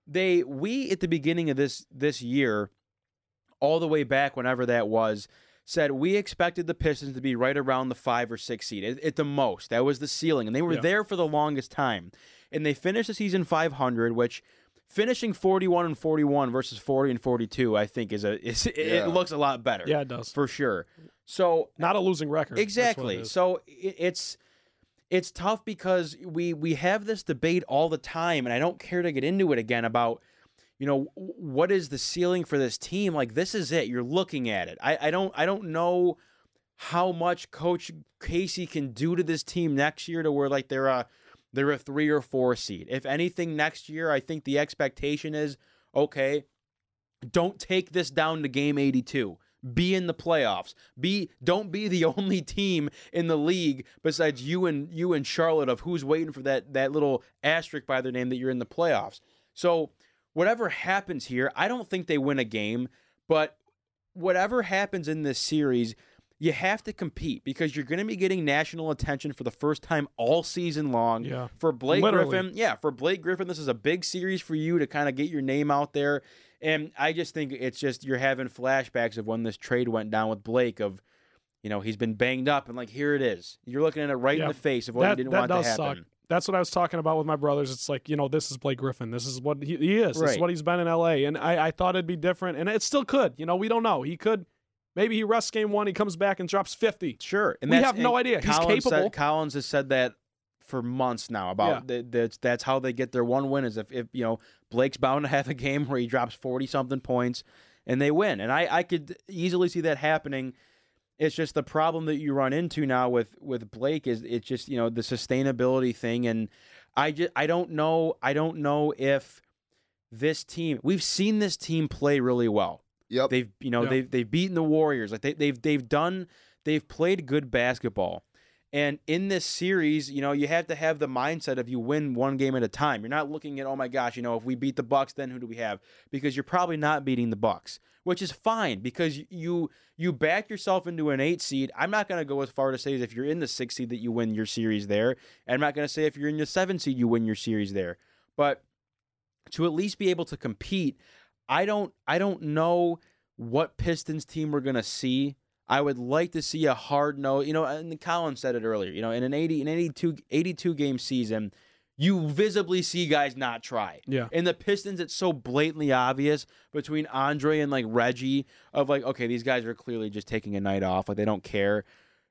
Speaker 2: They we at the beginning of this this year, all the way back whenever that was, said we expected the Pistons to be right around the five or six seed at, at the most. That was the ceiling, and they were
Speaker 4: Yeah.
Speaker 2: there for the longest time. And they finished the season 500, which finishing 41 and 41 versus 40 and 42, I think is a is,
Speaker 5: Yeah.
Speaker 2: it looks a lot better.
Speaker 4: yeah, it does.
Speaker 2: for sure. So
Speaker 4: Not a losing record. That's what it
Speaker 2: Exactly.
Speaker 4: is.
Speaker 2: So i- it's it's tough because we we have this debate all the time, and I don't care to get into it again about you know w- what is the ceiling for this team. Like this is it. You're looking at it. I, I don't I don't know how much Coach Casey can do to this team next year to where like they're a they're a three or four seed. If anything, next year I think the expectation is okay. Don't take this down to game 82. Be in the playoffs. Be don't be the only team in the league besides you and you and Charlotte of who's waiting for that that little asterisk by their name that you're in the playoffs. So whatever happens here, I don't think they win a game, but whatever happens in this series, you have to compete because you're going to be getting national attention for the first time all season long.
Speaker 4: Yeah.
Speaker 2: For Blake
Speaker 4: Literally.
Speaker 2: Griffin, yeah, for Blake Griffin, this is a big series for you to kind of get your name out there. And I just think it's just you're having flashbacks of when this trade went down with Blake of you know, he's been banged up and like here it is. You're looking at it right
Speaker 4: Yeah.
Speaker 2: in the face of what you didn't want to happen.
Speaker 4: That's what I was talking about with my brothers. It's like, you know, this is Blake Griffin. This is what he, he is. This is
Speaker 2: Right.
Speaker 4: what he's been in LA. And I, I thought it'd be different. And it still could. You know, we don't know. He could, maybe he rests game one, he comes back and drops 50.
Speaker 2: Sure. And
Speaker 4: We
Speaker 2: that's-
Speaker 4: have no
Speaker 2: and
Speaker 4: idea. He's
Speaker 2: Collins said-
Speaker 4: capable.
Speaker 2: Collins has said that for months now about th- that's that's how they get their one win is if, if you know Blake's bound to have a game where he drops forty something points and they win. And I, I could easily see that happening. It's just the problem that you run into now with with Blake is it's just you know the sustainability thing and I just I don't know I don't know if this team we've seen this team play really well.
Speaker 5: Yep.
Speaker 2: They've you know
Speaker 4: Yeah.
Speaker 2: they've they've beaten the Warriors. Like they, they've they've done they've played good basketball. And in this series, you know, you have to have the mindset of you win one game at a time. You're not looking at oh my gosh, you know, if we beat the Bucks, then who do we have? Because you're probably not beating the Bucks, which is fine because you you back yourself into an eight seed. I'm not going to go as far to say as if you're in the six seed that you win your series there. And I'm not going to say if you're in the seven seed you win your series there. But to at least be able to compete, I don't I don't know what Pistons team we're gonna see. I would like to see a hard no. You know, and Colin said it earlier. You know, in an 80 an 82 82 game season, you visibly see guys not try.
Speaker 4: Yeah.
Speaker 2: In the Pistons, it's so blatantly obvious between Andre and like Reggie of like, okay, these guys are clearly just taking a night off. Like they don't care.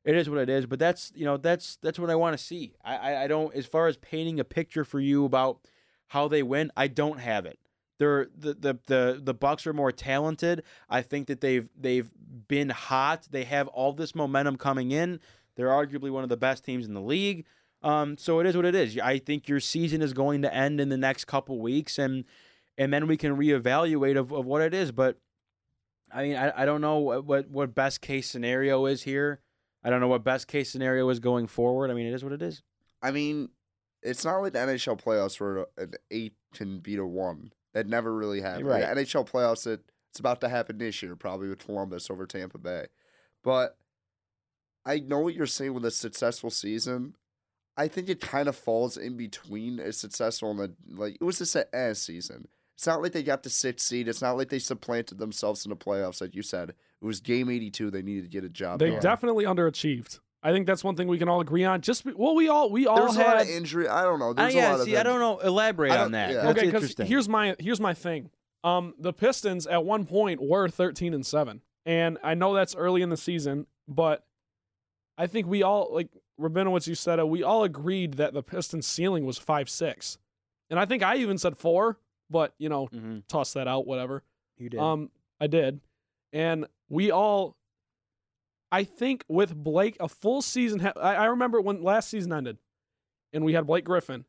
Speaker 2: It is what it is. But that's you know that's that's what I want to see. I, I I don't as far as painting a picture for you about how they win. I don't have it. They're the the the the Bucks are more talented. I think that they've they've been hot. They have all this momentum coming in. They're arguably one of the best teams in the league. Um, so it is what it is. I think your season is going to end in the next couple weeks, and and then we can reevaluate of, of what it is. But I mean, I, I don't know what, what what best case scenario is here. I don't know what best case scenario is going forward. I mean, it is what it is.
Speaker 5: I mean, it's not like the NHL playoffs where an eight can beat a one. That never really happened.
Speaker 2: Right.
Speaker 5: Like, NHL playoffs, it It's about to happen this year, probably with Columbus over Tampa Bay. But I know what you're saying with a successful season. I think it kind of falls in between a successful and a like it was just an eh season. It's not like they got the sixth seed. It's not like they supplanted themselves in the playoffs, like you said. It was game eighty two. They needed to get a job.
Speaker 4: They
Speaker 5: done.
Speaker 4: definitely underachieved. I think that's one thing we can all agree on. Just be- well, we all we all
Speaker 5: There's a lot
Speaker 4: had
Speaker 5: of injury. I don't know.
Speaker 2: I,
Speaker 5: There's a
Speaker 2: Uh, yeah,
Speaker 5: lot
Speaker 2: see,
Speaker 5: of
Speaker 2: I don't know. Elaborate
Speaker 5: I
Speaker 2: on
Speaker 5: don't-
Speaker 2: that.
Speaker 5: yeah.
Speaker 2: That's
Speaker 4: okay. Because
Speaker 2: interesting.
Speaker 4: here's my here's my thing. Um, the Pistons at one point were thirteen and seven, and I know that's early in the season, but I think we all like Rabinowitz. You said it. We all agreed that the Pistons ceiling was five six, and I think I even said four, but you know,
Speaker 2: Mhm.
Speaker 4: toss that out. Whatever.
Speaker 2: You did.
Speaker 4: Um, I did, and we all. I think with Blake, a full season. Ha- I, I remember when last season ended, and we had Blake Griffin,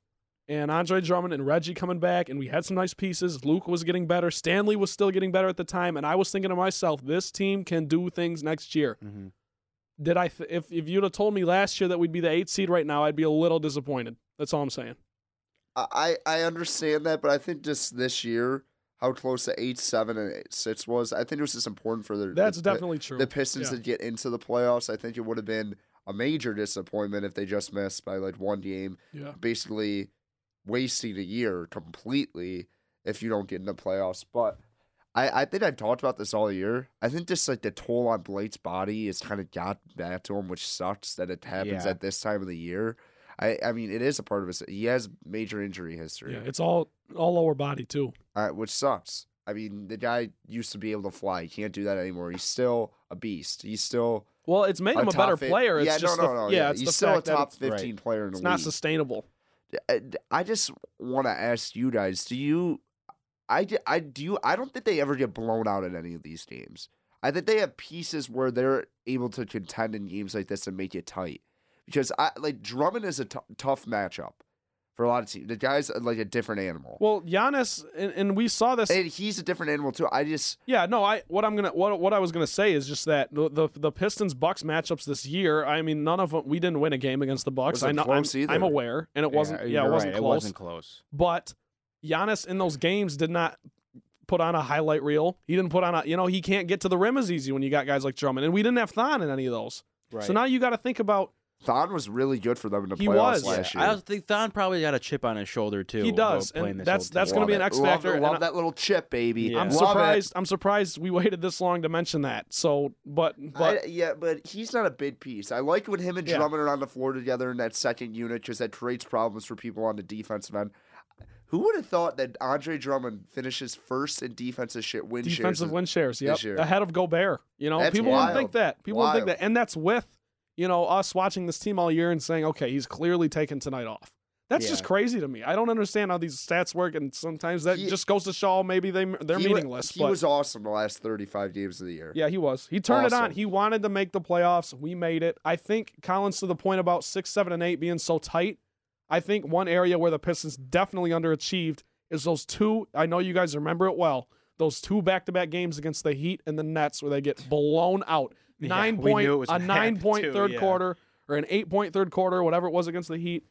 Speaker 4: and Andre Drummond and Reggie coming back, and we had some nice pieces. Luke was getting better. Stanley was still getting better at the time, and I was thinking to myself, this team can do things next year.
Speaker 2: Mhm.
Speaker 4: Did I? Th- if if you'd have told me last year that we'd be the eighth seed right now, I'd be a little disappointed. That's all I'm saying.
Speaker 5: I, I I understand that, but I think just this year, how close the eight, seven, and eight, six was, I think it was just important for the
Speaker 4: That's
Speaker 5: the,
Speaker 4: definitely true.
Speaker 5: the Pistons
Speaker 4: Yeah.
Speaker 5: to get into the playoffs. I think it would have been a major disappointment if they just missed by like one game,
Speaker 4: yeah.
Speaker 5: basically wasting a year completely if you don't get in the playoffs. But I, I think I've talked about this all year. I think just like the toll on Blake's body has kind of got back to him, which sucks that it happens
Speaker 2: Yeah.
Speaker 5: at this time of the year. I, I mean, it is a part of his. He has major injury history.
Speaker 4: Yeah. It's all all lower body too.
Speaker 5: uh, which sucks. I mean, the guy used to be able to fly. He can't do that anymore. He's still a beast. He's still
Speaker 4: Well, it's made
Speaker 5: a
Speaker 4: him a
Speaker 5: top
Speaker 4: better
Speaker 5: fi-
Speaker 4: player. It's
Speaker 5: yeah,
Speaker 4: just
Speaker 5: no,
Speaker 4: the-
Speaker 5: no, no.
Speaker 4: yeah,
Speaker 5: yeah,
Speaker 4: it's
Speaker 5: he's
Speaker 4: the
Speaker 5: still a
Speaker 4: fact that
Speaker 5: top
Speaker 4: it's-
Speaker 5: fifteen player in the
Speaker 4: It's not
Speaker 5: league.
Speaker 4: sustainable.
Speaker 5: I, I just want to ask you guys: Do you? I, d- I do you, I don't think they ever get blown out in any of these games. I think they have pieces where they're able to contend in games like this and make it tight. Because I like Drummond is a t- tough matchup for a lot of teams. The guy's uh, like a different animal,
Speaker 4: Well, Giannis, and, and we saw this.
Speaker 5: and he's a different animal too. I just
Speaker 4: yeah, no, I what I'm gonna what what I was gonna say is just that the the, the Pistons Bucks matchups this year. I mean, none of them we didn't win a game against the Bucks. I
Speaker 5: Wasn't
Speaker 4: know
Speaker 5: close
Speaker 4: I'm,
Speaker 5: either.
Speaker 4: I'm aware, and it wasn't. Yeah, it
Speaker 2: you're
Speaker 4: wasn't
Speaker 2: right,
Speaker 4: close.
Speaker 2: It wasn't close.
Speaker 4: But Giannis in those games did not put on a highlight reel. He didn't put on a you know he can't get to the rim as easy when you got guys like Drummond, and we didn't have Thon in any of those.
Speaker 2: Right.
Speaker 4: So now you got to think about
Speaker 5: Thon was really good for them in the
Speaker 4: He was.
Speaker 5: playoffs
Speaker 2: Yeah,
Speaker 5: last year.
Speaker 2: I also think Thon probably got a chip on his shoulder too.
Speaker 4: He
Speaker 2: about
Speaker 4: does, and
Speaker 2: playing this
Speaker 4: that's-
Speaker 2: whole
Speaker 4: that's
Speaker 2: team.
Speaker 4: gonna be an
Speaker 5: Love
Speaker 4: X
Speaker 5: it. Love
Speaker 4: factor,
Speaker 5: it.
Speaker 4: and
Speaker 5: Love
Speaker 4: I-
Speaker 5: that little chip, baby.
Speaker 2: Yeah.
Speaker 4: I'm
Speaker 5: Love it.
Speaker 4: surprised I'm surprised we waited this long to mention that. So but but
Speaker 5: I- yeah, but he's not a big piece. I like when him and
Speaker 4: Yeah.
Speaker 5: Drummond are on the floor together in that second unit because that creates problems for people on the defensive end. Who would have thought that Andre Drummond finishes first in defensive shit win shares
Speaker 4: defensive
Speaker 5: in-
Speaker 4: win shares.
Speaker 5: this
Speaker 4: Yep,
Speaker 5: year.
Speaker 4: ahead of Gobert. You know,
Speaker 5: That's
Speaker 4: people wouldn't
Speaker 5: wild.
Speaker 4: think that. People wouldn't
Speaker 5: Wild.
Speaker 4: think that, and that's with you know us watching this team all year and saying, okay, he's clearly taking tonight off. That's just
Speaker 2: Yeah.
Speaker 4: crazy to me. I don't understand how these stats work, and sometimes that
Speaker 5: He-
Speaker 4: just goes to show maybe they they're
Speaker 5: He wa-
Speaker 4: meaningless.
Speaker 5: He
Speaker 4: but
Speaker 5: was awesome the last thirty-five games of the year.
Speaker 4: yeah, he was. He turned it on.
Speaker 5: Awesome.
Speaker 4: He wanted to make the playoffs. We made it. I think Collins to the point about six, seven, and eight being so tight. I think one area where the Pistons definitely underachieved is those two. I know you guys remember it well. Those two back-to-back games against the Heat and the Nets, where they get blown out.
Speaker 2: Yeah,
Speaker 4: Nine
Speaker 2: we
Speaker 4: point,
Speaker 2: knew it was
Speaker 4: a
Speaker 2: gonna
Speaker 4: nine
Speaker 2: happen
Speaker 4: point
Speaker 2: too,
Speaker 4: third
Speaker 2: yeah.
Speaker 4: quarter or an eight point third quarter, whatever it was against the Heat.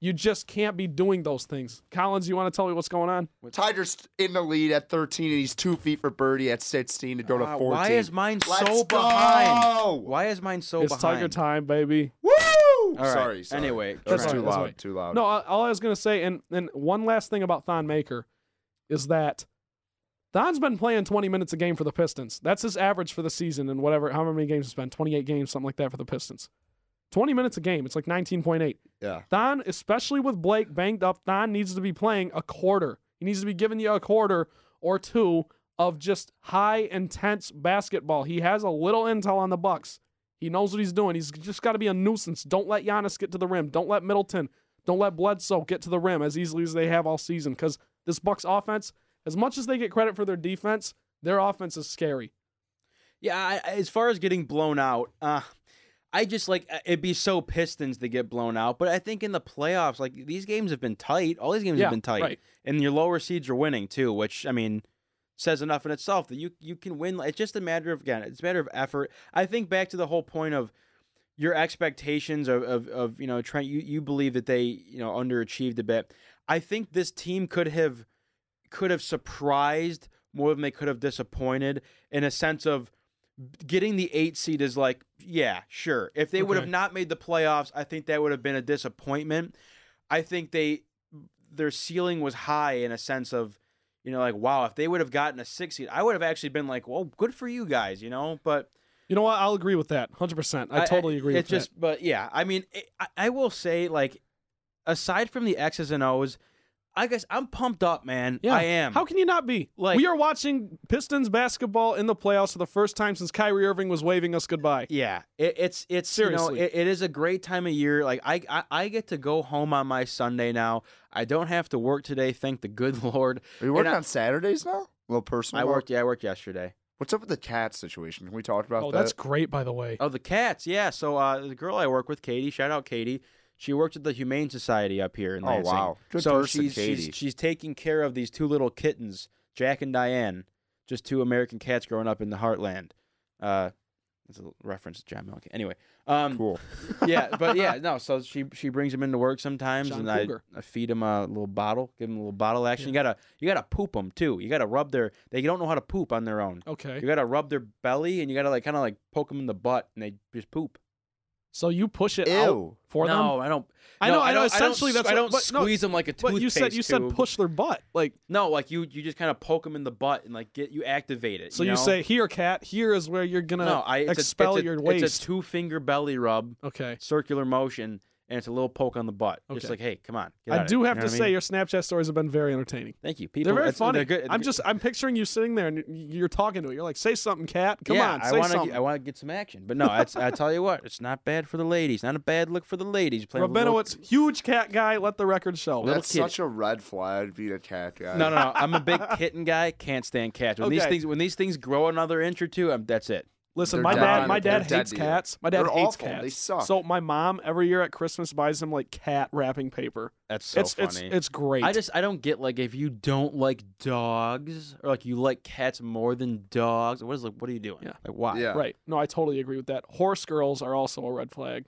Speaker 4: You just can't be doing those things. Collins, you want to tell me what's going on?
Speaker 5: Tiger's in the lead at thirteen, and he's two feet for birdie at sixteen to go to
Speaker 4: Ah,
Speaker 2: Uh,
Speaker 5: fourteen.
Speaker 2: why is mine
Speaker 5: Let's
Speaker 2: so behind?
Speaker 5: go!
Speaker 2: Why is mine so
Speaker 4: it's
Speaker 2: behind?
Speaker 4: Tiger time, baby.
Speaker 5: Woo!
Speaker 2: All right.
Speaker 5: Sorry, sorry.
Speaker 2: Anyway,
Speaker 5: that's
Speaker 4: That's
Speaker 5: too
Speaker 4: fine, that's fine.
Speaker 5: loud. Too loud.
Speaker 4: No, I- all I was gonna say, and and one last thing about Thon Maker, is that Thon's been playing 20 minutes a game for the Pistons. That's his average for the season, and whatever, however many games it's been, 28 games, something like that for the Pistons. 20 minutes a game. It's like 19.8.
Speaker 5: Yeah.
Speaker 4: Thon, especially with Blake banged up, Thon needs to be playing a quarter. He needs to be giving you a quarter or two of just high intense basketball. He has a little intel on the Bucks. He knows what he's doing. He's just got to be a nuisance. Don't let Giannis get to the rim. Don't let Middleton. Don't let Bledsoe get to the rim as easily as they have all season. Because this Bucks offense, as much as they get credit for their defense, their offense is scary.
Speaker 2: Yeah, I, I- as far as getting blown out, uh, I just like I- it'd be so Pistons to get blown out. But I think in the playoffs, like these games have been tight. All these games
Speaker 4: Yeah,
Speaker 2: have been tight,
Speaker 4: right.
Speaker 2: and your lower seeds are winning too, which I mean says enough in itself that you you can win. It's just a matter of again, it's a matter of effort. I think back to the whole point of your expectations of of, of you know Trent. You you believe that they you know underachieved a bit. I think this team could have could have surprised more than they could have disappointed in a sense of getting the eight seed is like, yeah, sure. If they would have
Speaker 4: Okay.
Speaker 2: not made the playoffs, I think that would have been a disappointment. I think they their ceiling was high in a sense of, you know, like wow, if they would have gotten a six seed, I would have actually been like, well, good for you guys, you know. But
Speaker 4: You know what? I'll agree with that. Hundred percent. I totally agree
Speaker 2: It's
Speaker 4: with
Speaker 2: just, but yeah, I mean, it, I, I will say, like, aside from the X's and O's, I guess I'm pumped up, man.
Speaker 4: that. Yeah,
Speaker 2: I am.
Speaker 4: How can you not be?
Speaker 2: Like-
Speaker 4: we are watching Pistons basketball in the playoffs for the first time since Kyrie Irving was waving us goodbye.
Speaker 2: Yeah, it, it's it's seriously,
Speaker 4: Seriously.
Speaker 2: it, it is a great time of year. Like I, I I get to go home on my Sunday now. I don't have to work today. Thank the good Lord.
Speaker 5: Are you working
Speaker 2: And I-
Speaker 5: on Saturdays now? A little personal.
Speaker 2: I
Speaker 5: note?
Speaker 2: worked. Yeah, I worked yesterday.
Speaker 5: What's up with the cat situation? Can we talk about
Speaker 4: Oh,
Speaker 5: that?
Speaker 4: that's great, by the way.
Speaker 2: Oh, the cats. Yeah. So uh, the girl I work with, Katie. Shout out Katie. She worked at the Humane Society up here in
Speaker 5: Oh,
Speaker 2: Lansing.
Speaker 5: wow. Good
Speaker 2: so
Speaker 5: person,
Speaker 2: she's,
Speaker 5: Katie.
Speaker 2: she's she's taking care of these two little kittens, Jack and Diane, just two American cats growing up in the heartland. Uh, that's a reference to John Milk. Anyway, um,
Speaker 5: cool.
Speaker 2: yeah, but yeah, no. So she she brings him into work sometimes,
Speaker 4: John
Speaker 2: and I,
Speaker 4: Cougar.
Speaker 2: I feed him a little bottle, give him a little bottle action. You gotta you gotta poop them too. You gotta rub their they don't know how to poop on their own.
Speaker 4: Okay.
Speaker 2: You gotta rub their belly, and you gotta like kind of like poke them in the butt, and they just poop.
Speaker 4: So you push it out
Speaker 5: Ew.
Speaker 4: for them.
Speaker 2: no, I don't.
Speaker 4: I
Speaker 2: no,
Speaker 4: know, I know,
Speaker 2: don't-
Speaker 4: essentially
Speaker 2: I don't,
Speaker 4: that's
Speaker 2: s- I
Speaker 4: what-
Speaker 2: don't
Speaker 4: but no,
Speaker 2: squeeze them like a toothpaste.
Speaker 4: But you said you said
Speaker 2: tube.
Speaker 4: push their butt. Like
Speaker 2: No, like you you just kind of poke them in the butt and like get you activate it.
Speaker 4: so you,
Speaker 2: know?
Speaker 4: say here cat, here is where you're gonna
Speaker 2: no, I it's a-
Speaker 4: expel
Speaker 2: it's a,
Speaker 4: your
Speaker 2: It's
Speaker 4: waste.
Speaker 2: a two finger belly rub,
Speaker 4: okay.
Speaker 2: circular motion, and it's a little poke on the butt. Just
Speaker 4: Okay.
Speaker 2: like hey, come on. get at
Speaker 4: I
Speaker 2: it,
Speaker 4: do
Speaker 2: you
Speaker 4: have
Speaker 2: know
Speaker 4: to
Speaker 2: what I
Speaker 4: say
Speaker 2: mean?
Speaker 4: your Snapchat stories have been very entertaining.
Speaker 2: Thank you. People,
Speaker 4: they're very
Speaker 2: it's-
Speaker 4: funny.
Speaker 2: good.
Speaker 4: I'm just I'm picturing you sitting there and y- you're talking to it. You're like, say something, cat. Come
Speaker 2: yeah,
Speaker 4: on,
Speaker 2: I
Speaker 4: say
Speaker 2: wanna
Speaker 4: something.
Speaker 2: Get, I want to get some action, but no, it's, I tell you what, it's not bad for the ladies. Not a bad look for the ladies playing. with little-
Speaker 4: Rabinowitz, huge cat guy. Let the record show.
Speaker 2: Little
Speaker 5: That's
Speaker 2: kid.
Speaker 5: such a red flag being a cat guy.
Speaker 2: No, no, no. I'm a big kitten guy. Can't stand cats. When these
Speaker 4: Okay.
Speaker 2: things, when these things grow another inch or two, I'm, that's it.
Speaker 4: Listen,
Speaker 5: They're
Speaker 4: my
Speaker 5: dead to
Speaker 4: dad,
Speaker 5: you.
Speaker 4: my dad
Speaker 5: They're dead
Speaker 4: hates
Speaker 5: to you.
Speaker 4: cats. My dad
Speaker 5: They're
Speaker 4: hates
Speaker 5: awful.
Speaker 4: cats.
Speaker 5: They suck.
Speaker 4: So my mom every year at Christmas buys him like cat wrapping paper.
Speaker 2: That's so
Speaker 4: it's
Speaker 2: funny.
Speaker 4: it's it's great.
Speaker 2: I just I don't get like if you don't like dogs or like you like cats more than dogs. What is like? What are you doing?
Speaker 4: Yeah.
Speaker 2: Like why?
Speaker 5: Yeah.
Speaker 4: right. No, I totally agree with that. Horse girls are also a red flag.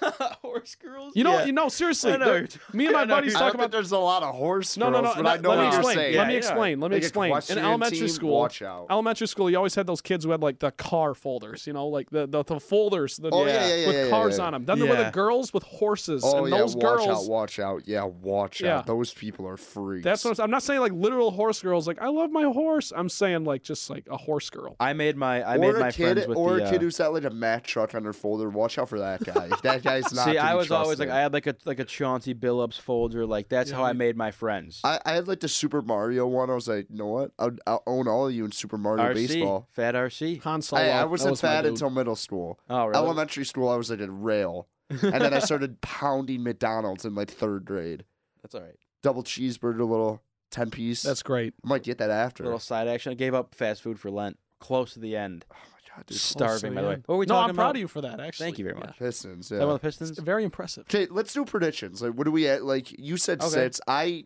Speaker 2: Horse girls.
Speaker 4: You know,
Speaker 2: Yeah.
Speaker 4: you know, seriously.
Speaker 2: I know.
Speaker 4: there- Me and
Speaker 2: I
Speaker 4: my
Speaker 2: know.
Speaker 4: buddies
Speaker 5: I
Speaker 4: talk
Speaker 5: don't think
Speaker 4: about.
Speaker 5: there's a lot of horse
Speaker 4: No, no, no.
Speaker 5: girls, but I
Speaker 4: Let,
Speaker 5: know
Speaker 4: let
Speaker 5: what
Speaker 4: me
Speaker 5: you're
Speaker 4: explain.
Speaker 5: saying.
Speaker 4: Let me
Speaker 2: Yeah,
Speaker 4: explain. Let me
Speaker 5: Like a
Speaker 4: explain. In
Speaker 5: equestrian
Speaker 4: elementary
Speaker 5: team,
Speaker 4: school,
Speaker 5: watch out.
Speaker 4: elementary school, you always had those kids who had like the car folders. You know, like the the, the folders. The,
Speaker 5: Oh, yeah, yeah, yeah,
Speaker 4: with
Speaker 5: yeah, yeah,
Speaker 4: cars
Speaker 5: yeah.
Speaker 4: on them. Then there were
Speaker 2: Yeah.
Speaker 4: the girls with horses,
Speaker 5: Oh
Speaker 4: and
Speaker 5: yeah,
Speaker 4: those
Speaker 5: watch
Speaker 4: girls.
Speaker 5: out, watch out. Yeah, watch
Speaker 4: Yeah.
Speaker 5: out. Those people are freaks.
Speaker 4: That's what I'm, I'm not saying like literal horse girls. Like I love my horse. I'm saying like just like a horse girl.
Speaker 2: I made my I
Speaker 5: or
Speaker 2: made my
Speaker 5: a kid,
Speaker 2: friends with
Speaker 5: or
Speaker 2: the,
Speaker 5: a
Speaker 2: uh,
Speaker 5: kid who's got like a Mack truck on their folder. Watch out for that guy. that guy's not.
Speaker 2: See,
Speaker 5: to
Speaker 2: I
Speaker 5: be
Speaker 2: was always like,
Speaker 5: trusted.
Speaker 2: I had like a like a Chauncey Billups folder. Like that's
Speaker 4: Yeah,
Speaker 2: how
Speaker 4: I
Speaker 2: I
Speaker 4: mean-
Speaker 2: made my friends.
Speaker 5: I, I had like the Super Mario one. I was like, you know what? I'll, I'll own all of you in Super Mario
Speaker 2: RC,
Speaker 5: Baseball.
Speaker 2: fat RC.
Speaker 4: Han Solo.
Speaker 5: I, I
Speaker 4: that
Speaker 5: wasn't
Speaker 4: was my
Speaker 5: fat
Speaker 4: dude.
Speaker 5: until middle school.
Speaker 2: Oh, really?
Speaker 5: Elementary school, I was like a rail, and then I started pounding McDonald's in like third grade.
Speaker 2: That's all right.
Speaker 5: Double cheeseburger, little ten piece.
Speaker 4: That's great.
Speaker 5: I might get that after.
Speaker 2: Little side action. I gave up fast food for Lent. Close to the end.
Speaker 5: oh my god, dude.
Speaker 2: Starving,
Speaker 4: Close to
Speaker 2: by the way.
Speaker 4: end.
Speaker 2: What were we
Speaker 4: no,
Speaker 2: talking
Speaker 4: I'm
Speaker 2: about?
Speaker 4: proud of you for that. Actually,
Speaker 2: Thank you very
Speaker 4: Yeah.
Speaker 2: much.
Speaker 5: Pistons.
Speaker 2: Talking about
Speaker 5: Yeah.
Speaker 2: the Pistons?
Speaker 4: It's very impressive.
Speaker 5: Okay, let's do predictions. Like, what do we at? Like, you said
Speaker 2: Okay.
Speaker 5: six. I,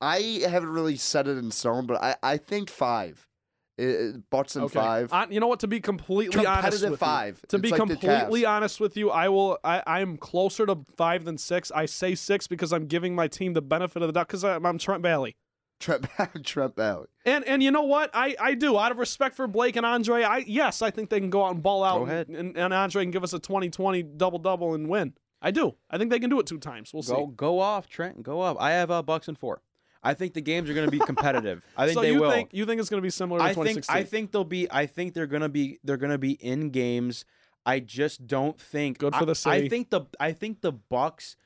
Speaker 5: I haven't really set it in stone, but I, I think five. It, it, Bucks and
Speaker 4: Okay.
Speaker 5: five.
Speaker 4: I- you know what? To be completely honest
Speaker 5: Competitive
Speaker 4: with
Speaker 5: five.
Speaker 4: you, to
Speaker 5: It's
Speaker 4: be
Speaker 5: like the Cavs.
Speaker 4: completely honest with you, I will. I I am closer to five than six. I say six because I'm giving my team the benefit of the doubt because I'm, I'm Trent Valley.
Speaker 5: Trent, Trent Valley.
Speaker 4: And and you know what? I, I do. Out of respect for Blake and Andre, I yes, I think they can go out and ball out
Speaker 2: Go ahead.
Speaker 4: And, and Andre can give us a 20-20 double double and win. I do. I think they can do it two times. We'll
Speaker 2: Go
Speaker 4: see.
Speaker 2: go off, Trent. Go off. I have uh, Bucks and four. I think the games are going to be competitive. I think
Speaker 4: so
Speaker 2: they
Speaker 4: you
Speaker 2: will.
Speaker 4: think you think it's going to be similar to
Speaker 2: I think
Speaker 4: 2016?
Speaker 2: I think they'll be. I think they're going to be. They're going to be in games. I just don't think.
Speaker 4: Good for
Speaker 2: I-
Speaker 4: the
Speaker 2: I
Speaker 4: city.
Speaker 2: think the I think the Bucks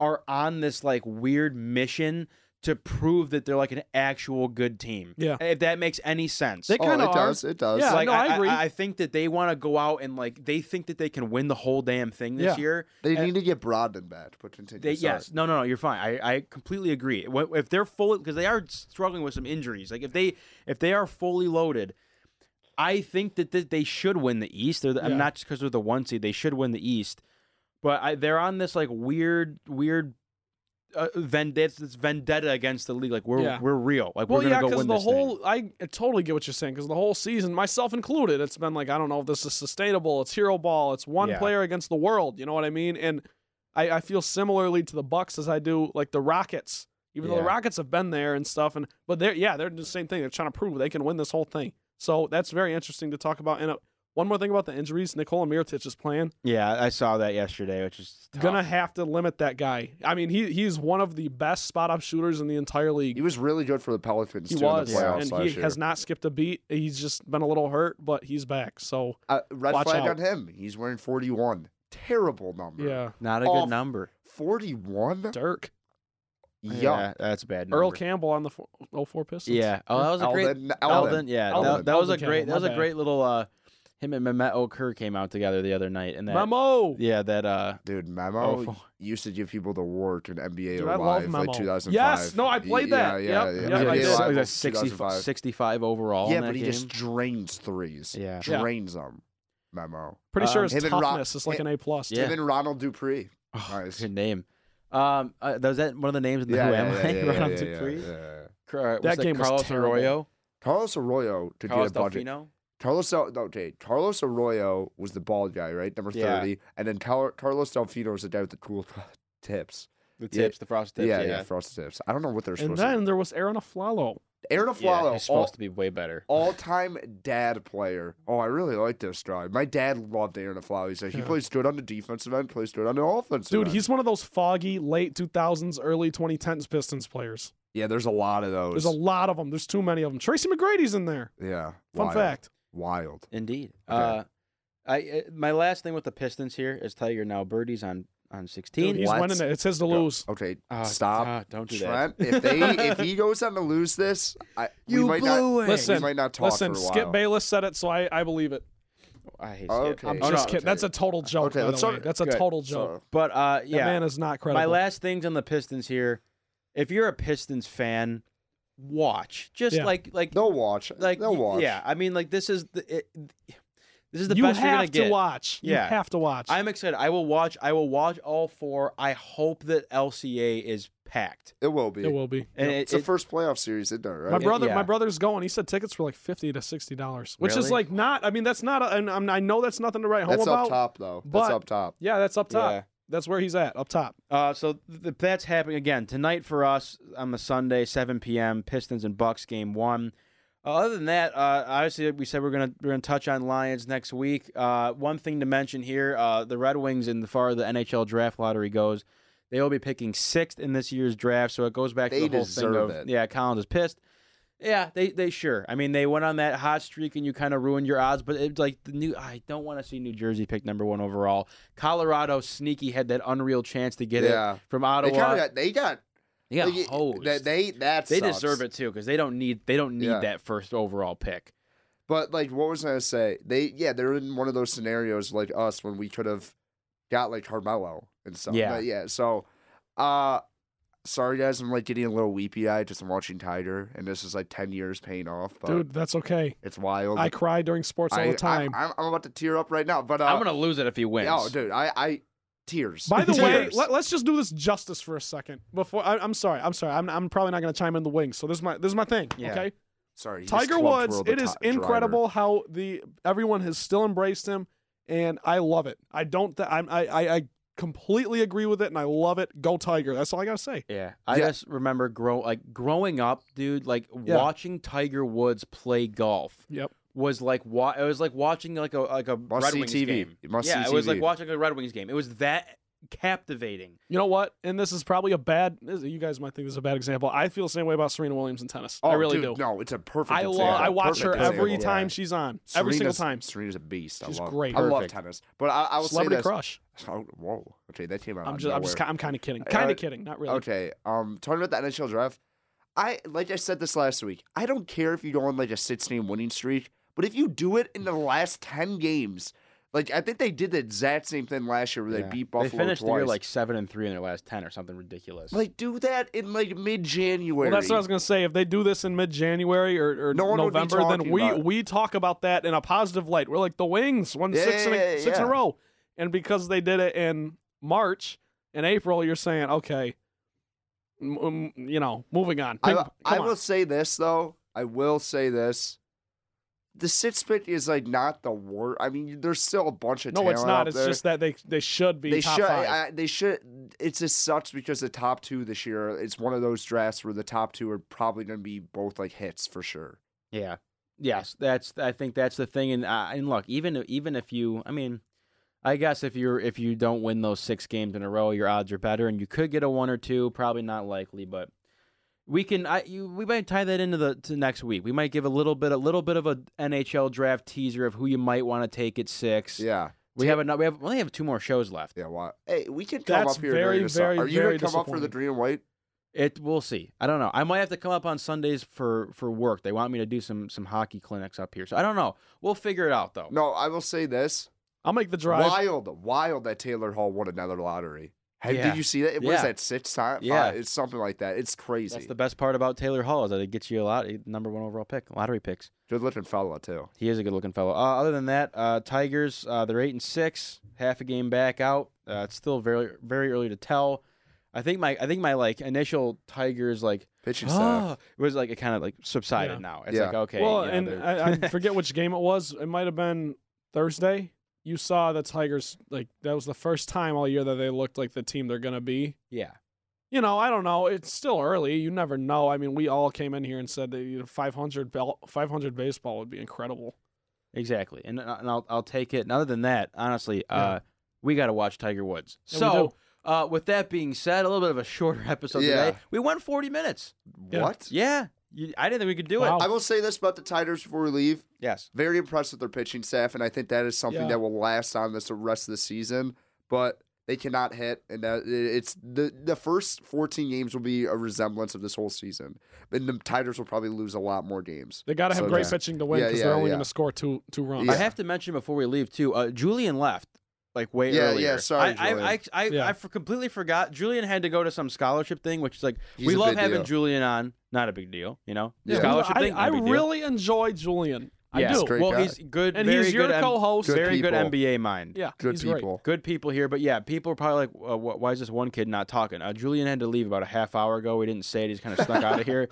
Speaker 2: are on this like weird mission to prove that they're like an actual good team.
Speaker 4: Yeah.
Speaker 2: If that makes any sense.
Speaker 4: They
Speaker 5: Oh,
Speaker 4: kinda
Speaker 5: it
Speaker 4: are.
Speaker 5: does. It does.
Speaker 4: Yeah,
Speaker 2: like
Speaker 4: no, I agree.
Speaker 2: I, think that they want to go out and like they think that they can win the whole damn thing this
Speaker 4: Yeah.
Speaker 2: year.
Speaker 5: They
Speaker 2: and-
Speaker 5: need to get Brogdon back, but continue.
Speaker 2: They,
Speaker 5: Sorry.
Speaker 2: yes, no, no, no. You're fine. I, I completely agree. Wh- If they're fully because they are struggling with some injuries. Like if they if they are fully loaded, I think that th- they should win the East. They're the, I'm
Speaker 4: Yeah.
Speaker 2: not just because they're the one seed. They should win the East, but I, they're on this like weird weird. Uh, vendetta, this vendetta against the league. Like we're
Speaker 4: Yeah.
Speaker 2: we're real. Like
Speaker 4: well,
Speaker 2: we're
Speaker 4: yeah,
Speaker 2: gonna go win
Speaker 4: the
Speaker 2: this thing.
Speaker 4: whole I totally get what you're saying because the whole season, myself included, it's been like I don't know if this is sustainable. It's hero ball. It's one
Speaker 2: Yeah.
Speaker 4: player against the world. You know what I mean? And I, I feel similarly to the Bucks as I do like the Rockets. Even though the
Speaker 5: Yeah.
Speaker 4: Rockets have been there and stuff, and but they're yeah, they're the same thing. They're trying to prove they can win this whole thing. So that's very interesting to talk about. And uh, one more thing about the injuries: Nikola Mirotic is playing.
Speaker 2: Yeah, I saw that yesterday, which is tough.
Speaker 4: Gonna have to limit that guy. I mean, he he's one of the best spot up shooters in the entire league.
Speaker 5: He was really good for the Pelicans
Speaker 4: He
Speaker 5: too
Speaker 4: was,
Speaker 5: in the playoffs
Speaker 4: and
Speaker 5: last
Speaker 4: he
Speaker 5: year.
Speaker 4: has not skipped a beat. He's just been a little hurt, but he's back. So
Speaker 5: uh, red
Speaker 4: Watch
Speaker 5: flag
Speaker 4: out.
Speaker 5: on him. He's wearing 41. Terrible number.
Speaker 4: yeah,
Speaker 2: not a
Speaker 5: Off.
Speaker 2: good number.
Speaker 5: 41?
Speaker 4: Dirk,
Speaker 5: Yeah.
Speaker 2: that's a bad. Number.
Speaker 4: Earl Campbell on the four, oh, 04 Pistons.
Speaker 2: Yeah. Oh, that was a great.
Speaker 5: Alden,
Speaker 2: Alden.
Speaker 5: Alden.
Speaker 2: Yeah.
Speaker 4: Alden.
Speaker 2: That, that was a
Speaker 4: Alden
Speaker 2: great.
Speaker 4: Campbell,
Speaker 2: That was
Speaker 4: my
Speaker 2: a
Speaker 4: bad.
Speaker 2: great little. uh Him and Mehmet Okur came out together the other night, and that.
Speaker 4: Memo.
Speaker 2: Yeah, that. uh
Speaker 5: Dude, Memo
Speaker 2: Oh.
Speaker 5: used to give people the work in NBA
Speaker 4: Dude, I
Speaker 5: Live,
Speaker 4: love Memo.
Speaker 5: like 2005.
Speaker 4: Yes, no, I played that.
Speaker 5: Yeah, yeah,
Speaker 4: Yep.
Speaker 5: yeah.
Speaker 4: Yeah,
Speaker 2: he
Speaker 4: I
Speaker 2: was
Speaker 5: NBA
Speaker 4: did.
Speaker 5: Live
Speaker 2: like
Speaker 5: was
Speaker 2: 60
Speaker 5: 2005.
Speaker 2: 65 overall.
Speaker 5: Yeah,
Speaker 2: in that
Speaker 5: but he
Speaker 2: game.
Speaker 5: just drains threes.
Speaker 2: Yeah.
Speaker 4: Yeah.
Speaker 5: Drains them, Memo.
Speaker 4: Pretty sure
Speaker 2: Um,
Speaker 4: his
Speaker 5: him and Ro-
Speaker 4: toughness is like an A plus.
Speaker 2: Yeah.
Speaker 5: Him and Ronald Dupree.
Speaker 2: Oh,
Speaker 5: Nice.
Speaker 2: Good name. Um, uh, was that one of the names in the
Speaker 5: Yeah,
Speaker 2: Who
Speaker 5: yeah,
Speaker 2: Am
Speaker 5: yeah,
Speaker 2: I?
Speaker 5: yeah,
Speaker 2: Ronald
Speaker 5: yeah, yeah,
Speaker 2: Dupree?
Speaker 5: yeah.
Speaker 2: Cr- uh, what's
Speaker 4: That game was
Speaker 2: Carlos
Speaker 4: terrible.
Speaker 2: Arroyo.
Speaker 5: Carlos Arroyo to
Speaker 2: Carlos
Speaker 5: get a budget.
Speaker 2: Delfino.
Speaker 5: Carlos Del, no, okay, Carlos Arroyo was the bald guy, right? Number
Speaker 2: Yeah.
Speaker 5: 30. And then Car- Carlos Delfino was the guy with the cool tips.
Speaker 2: The
Speaker 5: Yeah.
Speaker 2: tips, the frost tips.
Speaker 5: yeah,
Speaker 2: Yeah,
Speaker 5: yeah, frosted tips. I don't know what they're
Speaker 4: And
Speaker 5: supposed
Speaker 4: then
Speaker 5: to
Speaker 4: there was Aaron Aflalo.
Speaker 5: Aaron
Speaker 2: Yeah,
Speaker 5: Aflalo,
Speaker 2: he's supposed
Speaker 5: all,
Speaker 2: to be way better.
Speaker 5: Oh. time dad player. Oh, I really like this guy. My dad loved Aaron Aflalo. He's like, he
Speaker 4: Yeah.
Speaker 5: plays good on the defensive end, plays good on the offensive
Speaker 4: Dude,
Speaker 5: end.
Speaker 4: he's one of those foggy late 2000s, early 2010s Pistons players.
Speaker 5: Yeah, there's a lot of those.
Speaker 4: There's a lot of them. There's too many of them. Tracy McGrady's in there.
Speaker 5: yeah.
Speaker 4: Fun
Speaker 5: wild.
Speaker 4: fact.
Speaker 5: Wild.
Speaker 2: Indeed.
Speaker 5: Okay.
Speaker 2: Uh, I uh, my last thing with the Pistons here is Tiger now birdies on on
Speaker 4: Dude,
Speaker 2: sixteen.
Speaker 4: he's
Speaker 5: what?
Speaker 4: winning it. It's his to
Speaker 5: Go- Oh,
Speaker 4: lose.
Speaker 5: Okay,
Speaker 2: Ah,
Speaker 5: stop.
Speaker 2: ah, don't do that.
Speaker 5: Trent, if they if he goes on to lose this, I, we might not.
Speaker 2: it.
Speaker 5: We
Speaker 4: Listen,
Speaker 5: might not talk
Speaker 4: Listen,
Speaker 5: for a while.
Speaker 4: Skip Bayless said it, so I, I believe it.
Speaker 2: I hate
Speaker 5: Okay.
Speaker 2: Skip.
Speaker 4: I'm
Speaker 5: Oh,
Speaker 4: just
Speaker 5: no,
Speaker 4: kidding.
Speaker 5: okay.
Speaker 4: That's a total joke.
Speaker 5: Okay,
Speaker 4: by
Speaker 5: let's
Speaker 4: the
Speaker 5: talk-
Speaker 4: way. That's a
Speaker 2: good.
Speaker 4: total joke.
Speaker 5: So-
Speaker 2: But uh,
Speaker 4: That
Speaker 2: yeah,
Speaker 4: man is not credible.
Speaker 2: my last things on the Pistons here. If you're a Pistons fan, watch. Just
Speaker 4: Yeah.
Speaker 2: like like
Speaker 5: They'll watch.
Speaker 2: like
Speaker 5: they'll
Speaker 2: y-
Speaker 5: watch.
Speaker 2: Yeah, I mean like this is the it, this is the
Speaker 4: you
Speaker 2: best you're gonna
Speaker 4: have to
Speaker 2: get.
Speaker 4: watch.
Speaker 2: Yeah.
Speaker 4: You have to watch.
Speaker 2: I'm excited. I will watch. I will watch all four. I hope that LCA is packed.
Speaker 5: it will be.
Speaker 4: it will be.
Speaker 2: And
Speaker 5: It's
Speaker 2: it,
Speaker 5: the first playoff series, isn't it? Right?
Speaker 4: My brother,
Speaker 2: yeah.
Speaker 4: my brother's going. He said tickets were like fifty to sixty dollars, which
Speaker 2: Really?
Speaker 4: is like not. I mean, that's not. A, and I'm, I know that's nothing to write home
Speaker 5: That's
Speaker 4: about.
Speaker 5: up top, though.
Speaker 4: but-
Speaker 5: That's up top.
Speaker 4: Yeah, that's up top.
Speaker 2: Yeah.
Speaker 4: That's where he's at, up top.
Speaker 2: Uh, so th- th- that's happening again tonight for us on the Sunday, 7 p.m. Pistons and Bucks game one. Uh, other than that, uh, obviously we said we're gonna we're gonna touch on Lions next week. Uh, one thing to mention here: uh, the Red Wings, in the far the NHL draft lottery goes, they will be picking sixth in this year's draft. So it goes back
Speaker 5: They
Speaker 2: to the whole thing
Speaker 5: deserve
Speaker 2: of
Speaker 5: it.
Speaker 2: yeah, Collins is pissed. Yeah, they they sure. I mean, they went on that hot streak and you kind of ruined your odds. But it's like the new. I don't want to see New Jersey pick number one overall. Colorado sneaky had that unreal chance to get
Speaker 5: Yeah.
Speaker 2: it from
Speaker 5: They kind
Speaker 2: Ottawa.
Speaker 5: of got. They got.
Speaker 2: they got
Speaker 5: they, get-
Speaker 2: hosed.
Speaker 5: That they that
Speaker 2: They
Speaker 5: sucks.
Speaker 2: deserve it too because they don't need they don't need
Speaker 5: Yeah.
Speaker 2: that first overall pick.
Speaker 5: But like, what was I gonna say? They yeah, they're in one of those scenarios like us when we could have got like Carmelo and stuff.
Speaker 2: Yeah.
Speaker 5: But yeah. So, uh, sorry guys, I'm like getting a little weepy eyed just from watching Tiger, and this is like ten years paying off. But
Speaker 4: Dude, that's okay.
Speaker 5: it's wild.
Speaker 4: I cry during sports all
Speaker 5: I-
Speaker 4: the time.
Speaker 5: I, am I'm about to tear up right now. But uh,
Speaker 2: I'm gonna lose it if he wins.
Speaker 5: Oh, dude, I I tears.
Speaker 4: By the way,
Speaker 5: Tears.
Speaker 4: let, us just do this justice for a second. Before I, I'm sorry, I'm sorry. I'm, I'm probably not going to chime in the wings. So this is my this is my thing.
Speaker 2: Yeah.
Speaker 4: Okay,
Speaker 5: Sorry, he just
Speaker 4: Tiger
Speaker 5: clubbed
Speaker 4: Woods.
Speaker 5: World
Speaker 4: It
Speaker 5: the
Speaker 4: is
Speaker 5: Ti-
Speaker 4: incredible how the everyone has still embraced him, and I love it. I don't. Th- I'm, I I I completely agree with it, and I love it. Go Tiger. That's all I got to say.
Speaker 2: Yeah, I
Speaker 5: Yeah.
Speaker 2: just remember grow like growing up, dude. Like
Speaker 4: Yeah.
Speaker 2: watching Tiger Woods play golf
Speaker 4: Yep.
Speaker 2: was like wa- it was like watching like a like a
Speaker 5: Must
Speaker 2: Red
Speaker 5: see
Speaker 2: Wings
Speaker 5: TV.
Speaker 2: game.
Speaker 5: Must
Speaker 2: yeah,
Speaker 5: see
Speaker 2: it was
Speaker 5: TV.
Speaker 2: like watching a Red Wings game. It was that captivating.
Speaker 4: You know what? And this is probably a bad. this- You guys might think this is a bad example. I feel the same way about Serena Williams in tennis.
Speaker 5: Oh,
Speaker 4: I really
Speaker 5: dude,
Speaker 4: do.
Speaker 5: No, it's a perfect.
Speaker 4: I love.
Speaker 5: example.
Speaker 4: I watch her
Speaker 5: Perfect
Speaker 4: every
Speaker 5: example.
Speaker 4: time
Speaker 2: Yeah.
Speaker 4: she's on. every single
Speaker 5: Serena's-
Speaker 4: time.
Speaker 5: Serena's a beast. I
Speaker 4: She's
Speaker 5: love.
Speaker 4: great.
Speaker 5: I love
Speaker 2: Perfect.
Speaker 5: tennis, but I, I will
Speaker 4: Celebrity
Speaker 5: say this.
Speaker 4: crush.
Speaker 5: Oh, whoa. Okay, that came out.
Speaker 4: I'm
Speaker 5: of
Speaker 4: just. I'm just.
Speaker 5: nowhere.
Speaker 4: ki- I'm kind of kidding.
Speaker 5: Uh,
Speaker 4: Kind of kidding. Not really.
Speaker 5: Okay. Um, talking about the NHL draft, I like I said this last week. I don't care if you go on like a six game winning streak, but if you do it in the last ten games, like I think they did the exact same thing last year where
Speaker 2: Yeah.
Speaker 5: they beat Buffalo
Speaker 2: They finished
Speaker 5: twice.
Speaker 2: the year like seven and three in their last ten or something ridiculous.
Speaker 5: Like, do that in like mid January.
Speaker 4: Well, that's what I was gonna say. If they do this in mid-January or, or
Speaker 5: No one would be
Speaker 4: November, then
Speaker 5: talking
Speaker 4: we
Speaker 5: about it.
Speaker 4: we talk about that in a positive light. We're like the Wings won
Speaker 5: Yeah,
Speaker 4: six in
Speaker 5: yeah,
Speaker 4: a,
Speaker 5: yeah,
Speaker 4: six in a
Speaker 5: yeah.
Speaker 4: row, and because they did it in March and April, you're saying okay, m- m- you know, moving on. Ping-
Speaker 5: I,
Speaker 4: come
Speaker 5: I
Speaker 4: on.
Speaker 5: will say this though. I will say this. The six pick is like not the worst. I mean, there's still a bunch of
Speaker 4: No, it's
Speaker 5: talent
Speaker 4: not.
Speaker 5: out
Speaker 4: It's
Speaker 5: there.
Speaker 4: just that they they should be
Speaker 5: they
Speaker 4: top
Speaker 5: should.
Speaker 4: five.
Speaker 5: I, they should. it it just sucks because the top two this year, it's one of those drafts where the top two are probably going to be both like hits for sure.
Speaker 2: Yeah. Yes, that's. I think that's the thing. And uh, and look, even even if you, I mean, I guess if you're if you don't win those six games in a row, your odds are better, and you could get a one or two. Probably not likely, but we can. I you, we might tie that into the to next week. We might give a little bit a little bit of a NHL draft teaser of who you might want to take at six.
Speaker 5: Yeah.
Speaker 2: We have another. We have we only have two more shows left.
Speaker 5: Yeah, why? Hey, we could come
Speaker 4: That's
Speaker 5: up here
Speaker 4: very,
Speaker 5: during the summer.
Speaker 4: very,
Speaker 5: Are you
Speaker 4: very
Speaker 5: going to come up for the
Speaker 4: disappointing.
Speaker 5: green and white?
Speaker 2: It we'll see. I don't know. I might have to come up on Sundays for for work. They want me to do some some hockey clinics up here. So I don't know. We'll figure it out though.
Speaker 5: No, I will say this.
Speaker 4: I'll make the drive.
Speaker 5: Wild, wild that Taylor Hall won another lottery. Hey,
Speaker 2: Yeah.
Speaker 5: Did you see that? It was
Speaker 2: Yeah.
Speaker 5: that six time.
Speaker 2: Yeah.
Speaker 5: Five- it's something like that. It's crazy.
Speaker 2: That's the best part about Taylor Hall is that it gets you a lot eh, number one overall pick, lottery picks.
Speaker 5: Good looking fella too.
Speaker 2: He is a good looking fellow. Uh, other than that, uh, Tigers uh, they're eight and six, half a game back out. Uh, it's still very very early to tell. I think my I think my like initial Tigers like
Speaker 5: Pitching staff.
Speaker 2: oh, it was like it kind of like subsided
Speaker 4: Yeah.
Speaker 2: now. It's
Speaker 5: Yeah.
Speaker 2: like okay,
Speaker 4: well,
Speaker 2: you know,
Speaker 4: and
Speaker 2: they're-
Speaker 4: I, I forget which game it was. It might have been Thursday. You saw the Tigers like that was the first time all year that they looked like the team they're gonna be.
Speaker 2: yeah,
Speaker 4: You know, I don't know. It's still early. You never know. I mean, we all came in here and said that you know, 500 bel- 500 baseball would be incredible.
Speaker 2: exactly. And, uh, and I'll I'll take it. And other than that, honestly,
Speaker 4: Yeah.
Speaker 2: uh, we got to watch Tiger Woods.
Speaker 4: Yeah, we
Speaker 2: so.
Speaker 4: do.
Speaker 2: Uh, with that being said, a little bit of a shorter episode
Speaker 5: Yeah.
Speaker 2: today. We went 40 minutes.
Speaker 4: Yeah.
Speaker 5: What?
Speaker 2: Yeah, you, I didn't think we could do
Speaker 4: Wow.
Speaker 2: it.
Speaker 5: I will say this about the Tigers before we leave.
Speaker 2: Yes.
Speaker 5: Very impressed with their pitching staff, and I think that is something
Speaker 4: Yeah.
Speaker 5: that will last on this the rest of the season. But they cannot hit, and that, it's the the first fourteen games will be a resemblance of this whole season. And the Tigers will probably lose a lot more games.
Speaker 4: They got to have
Speaker 5: So
Speaker 4: great
Speaker 5: yeah.
Speaker 4: pitching to win
Speaker 5: Yeah,
Speaker 4: because they're
Speaker 5: yeah,
Speaker 4: only
Speaker 5: yeah.
Speaker 4: going to score two two runs.
Speaker 5: Yeah.
Speaker 2: I have to mention before we leave too. Uh, Julian left like way
Speaker 5: Yeah,
Speaker 2: earlier.
Speaker 5: yeah, sorry,
Speaker 2: I I, I, I,
Speaker 4: Yeah.
Speaker 2: I f- completely forgot. Julian had to go to some scholarship thing, which is like
Speaker 5: He's
Speaker 2: we
Speaker 5: a
Speaker 2: love
Speaker 5: big
Speaker 2: having
Speaker 5: deal.
Speaker 2: Julian on. Not a big deal, you know.
Speaker 5: Yeah.
Speaker 2: Scholarship
Speaker 4: I,
Speaker 2: thing. not
Speaker 4: I
Speaker 2: a big deal.
Speaker 4: really enjoy Julian.
Speaker 2: yeah.
Speaker 4: I do.
Speaker 5: great
Speaker 2: well,
Speaker 5: guy.
Speaker 2: he's good,
Speaker 4: And
Speaker 2: very
Speaker 4: he's your
Speaker 2: good M-
Speaker 4: co-host.
Speaker 5: Good
Speaker 2: very
Speaker 5: people.
Speaker 2: good MBA mind.
Speaker 4: Yeah,
Speaker 5: Good
Speaker 4: he's great.
Speaker 5: people.
Speaker 2: Good people here, but yeah, people are probably like, uh, wh- "Why is this one kid not talking?" Uh, Julian had to leave about a half hour ago. We didn't say it; he's kind of snuck out of here.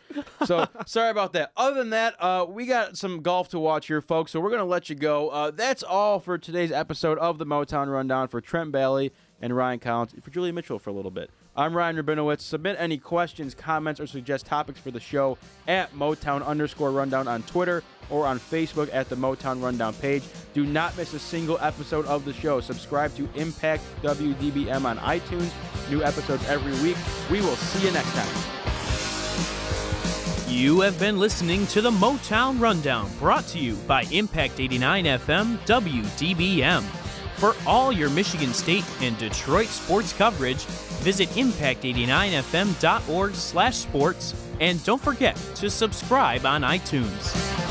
Speaker 2: So sorry about that. Other than that, uh, we got some golf to watch here, folks. So we're gonna let you go. Uh, that's all for today's episode of the Motown Rundown for Trent Bailey and Ryan Collins for Julia Mitchell for a little bit. I'm Ryan Rabinowitz. Submit any questions, comments, or suggest topics for the show at Motown underscore Rundown on Twitter or on Facebook at the Motown Rundown page. Do not miss a single episode of the show. Subscribe to Impact WDBM on iTunes. New episodes every week. We will see you next time.
Speaker 1: You have been listening to the Motown Rundown, brought to you by Impact 89 FM WDBM. For all your Michigan State and Detroit sports coverage, visit impact89fm.org/sports and don't forget to subscribe on iTunes.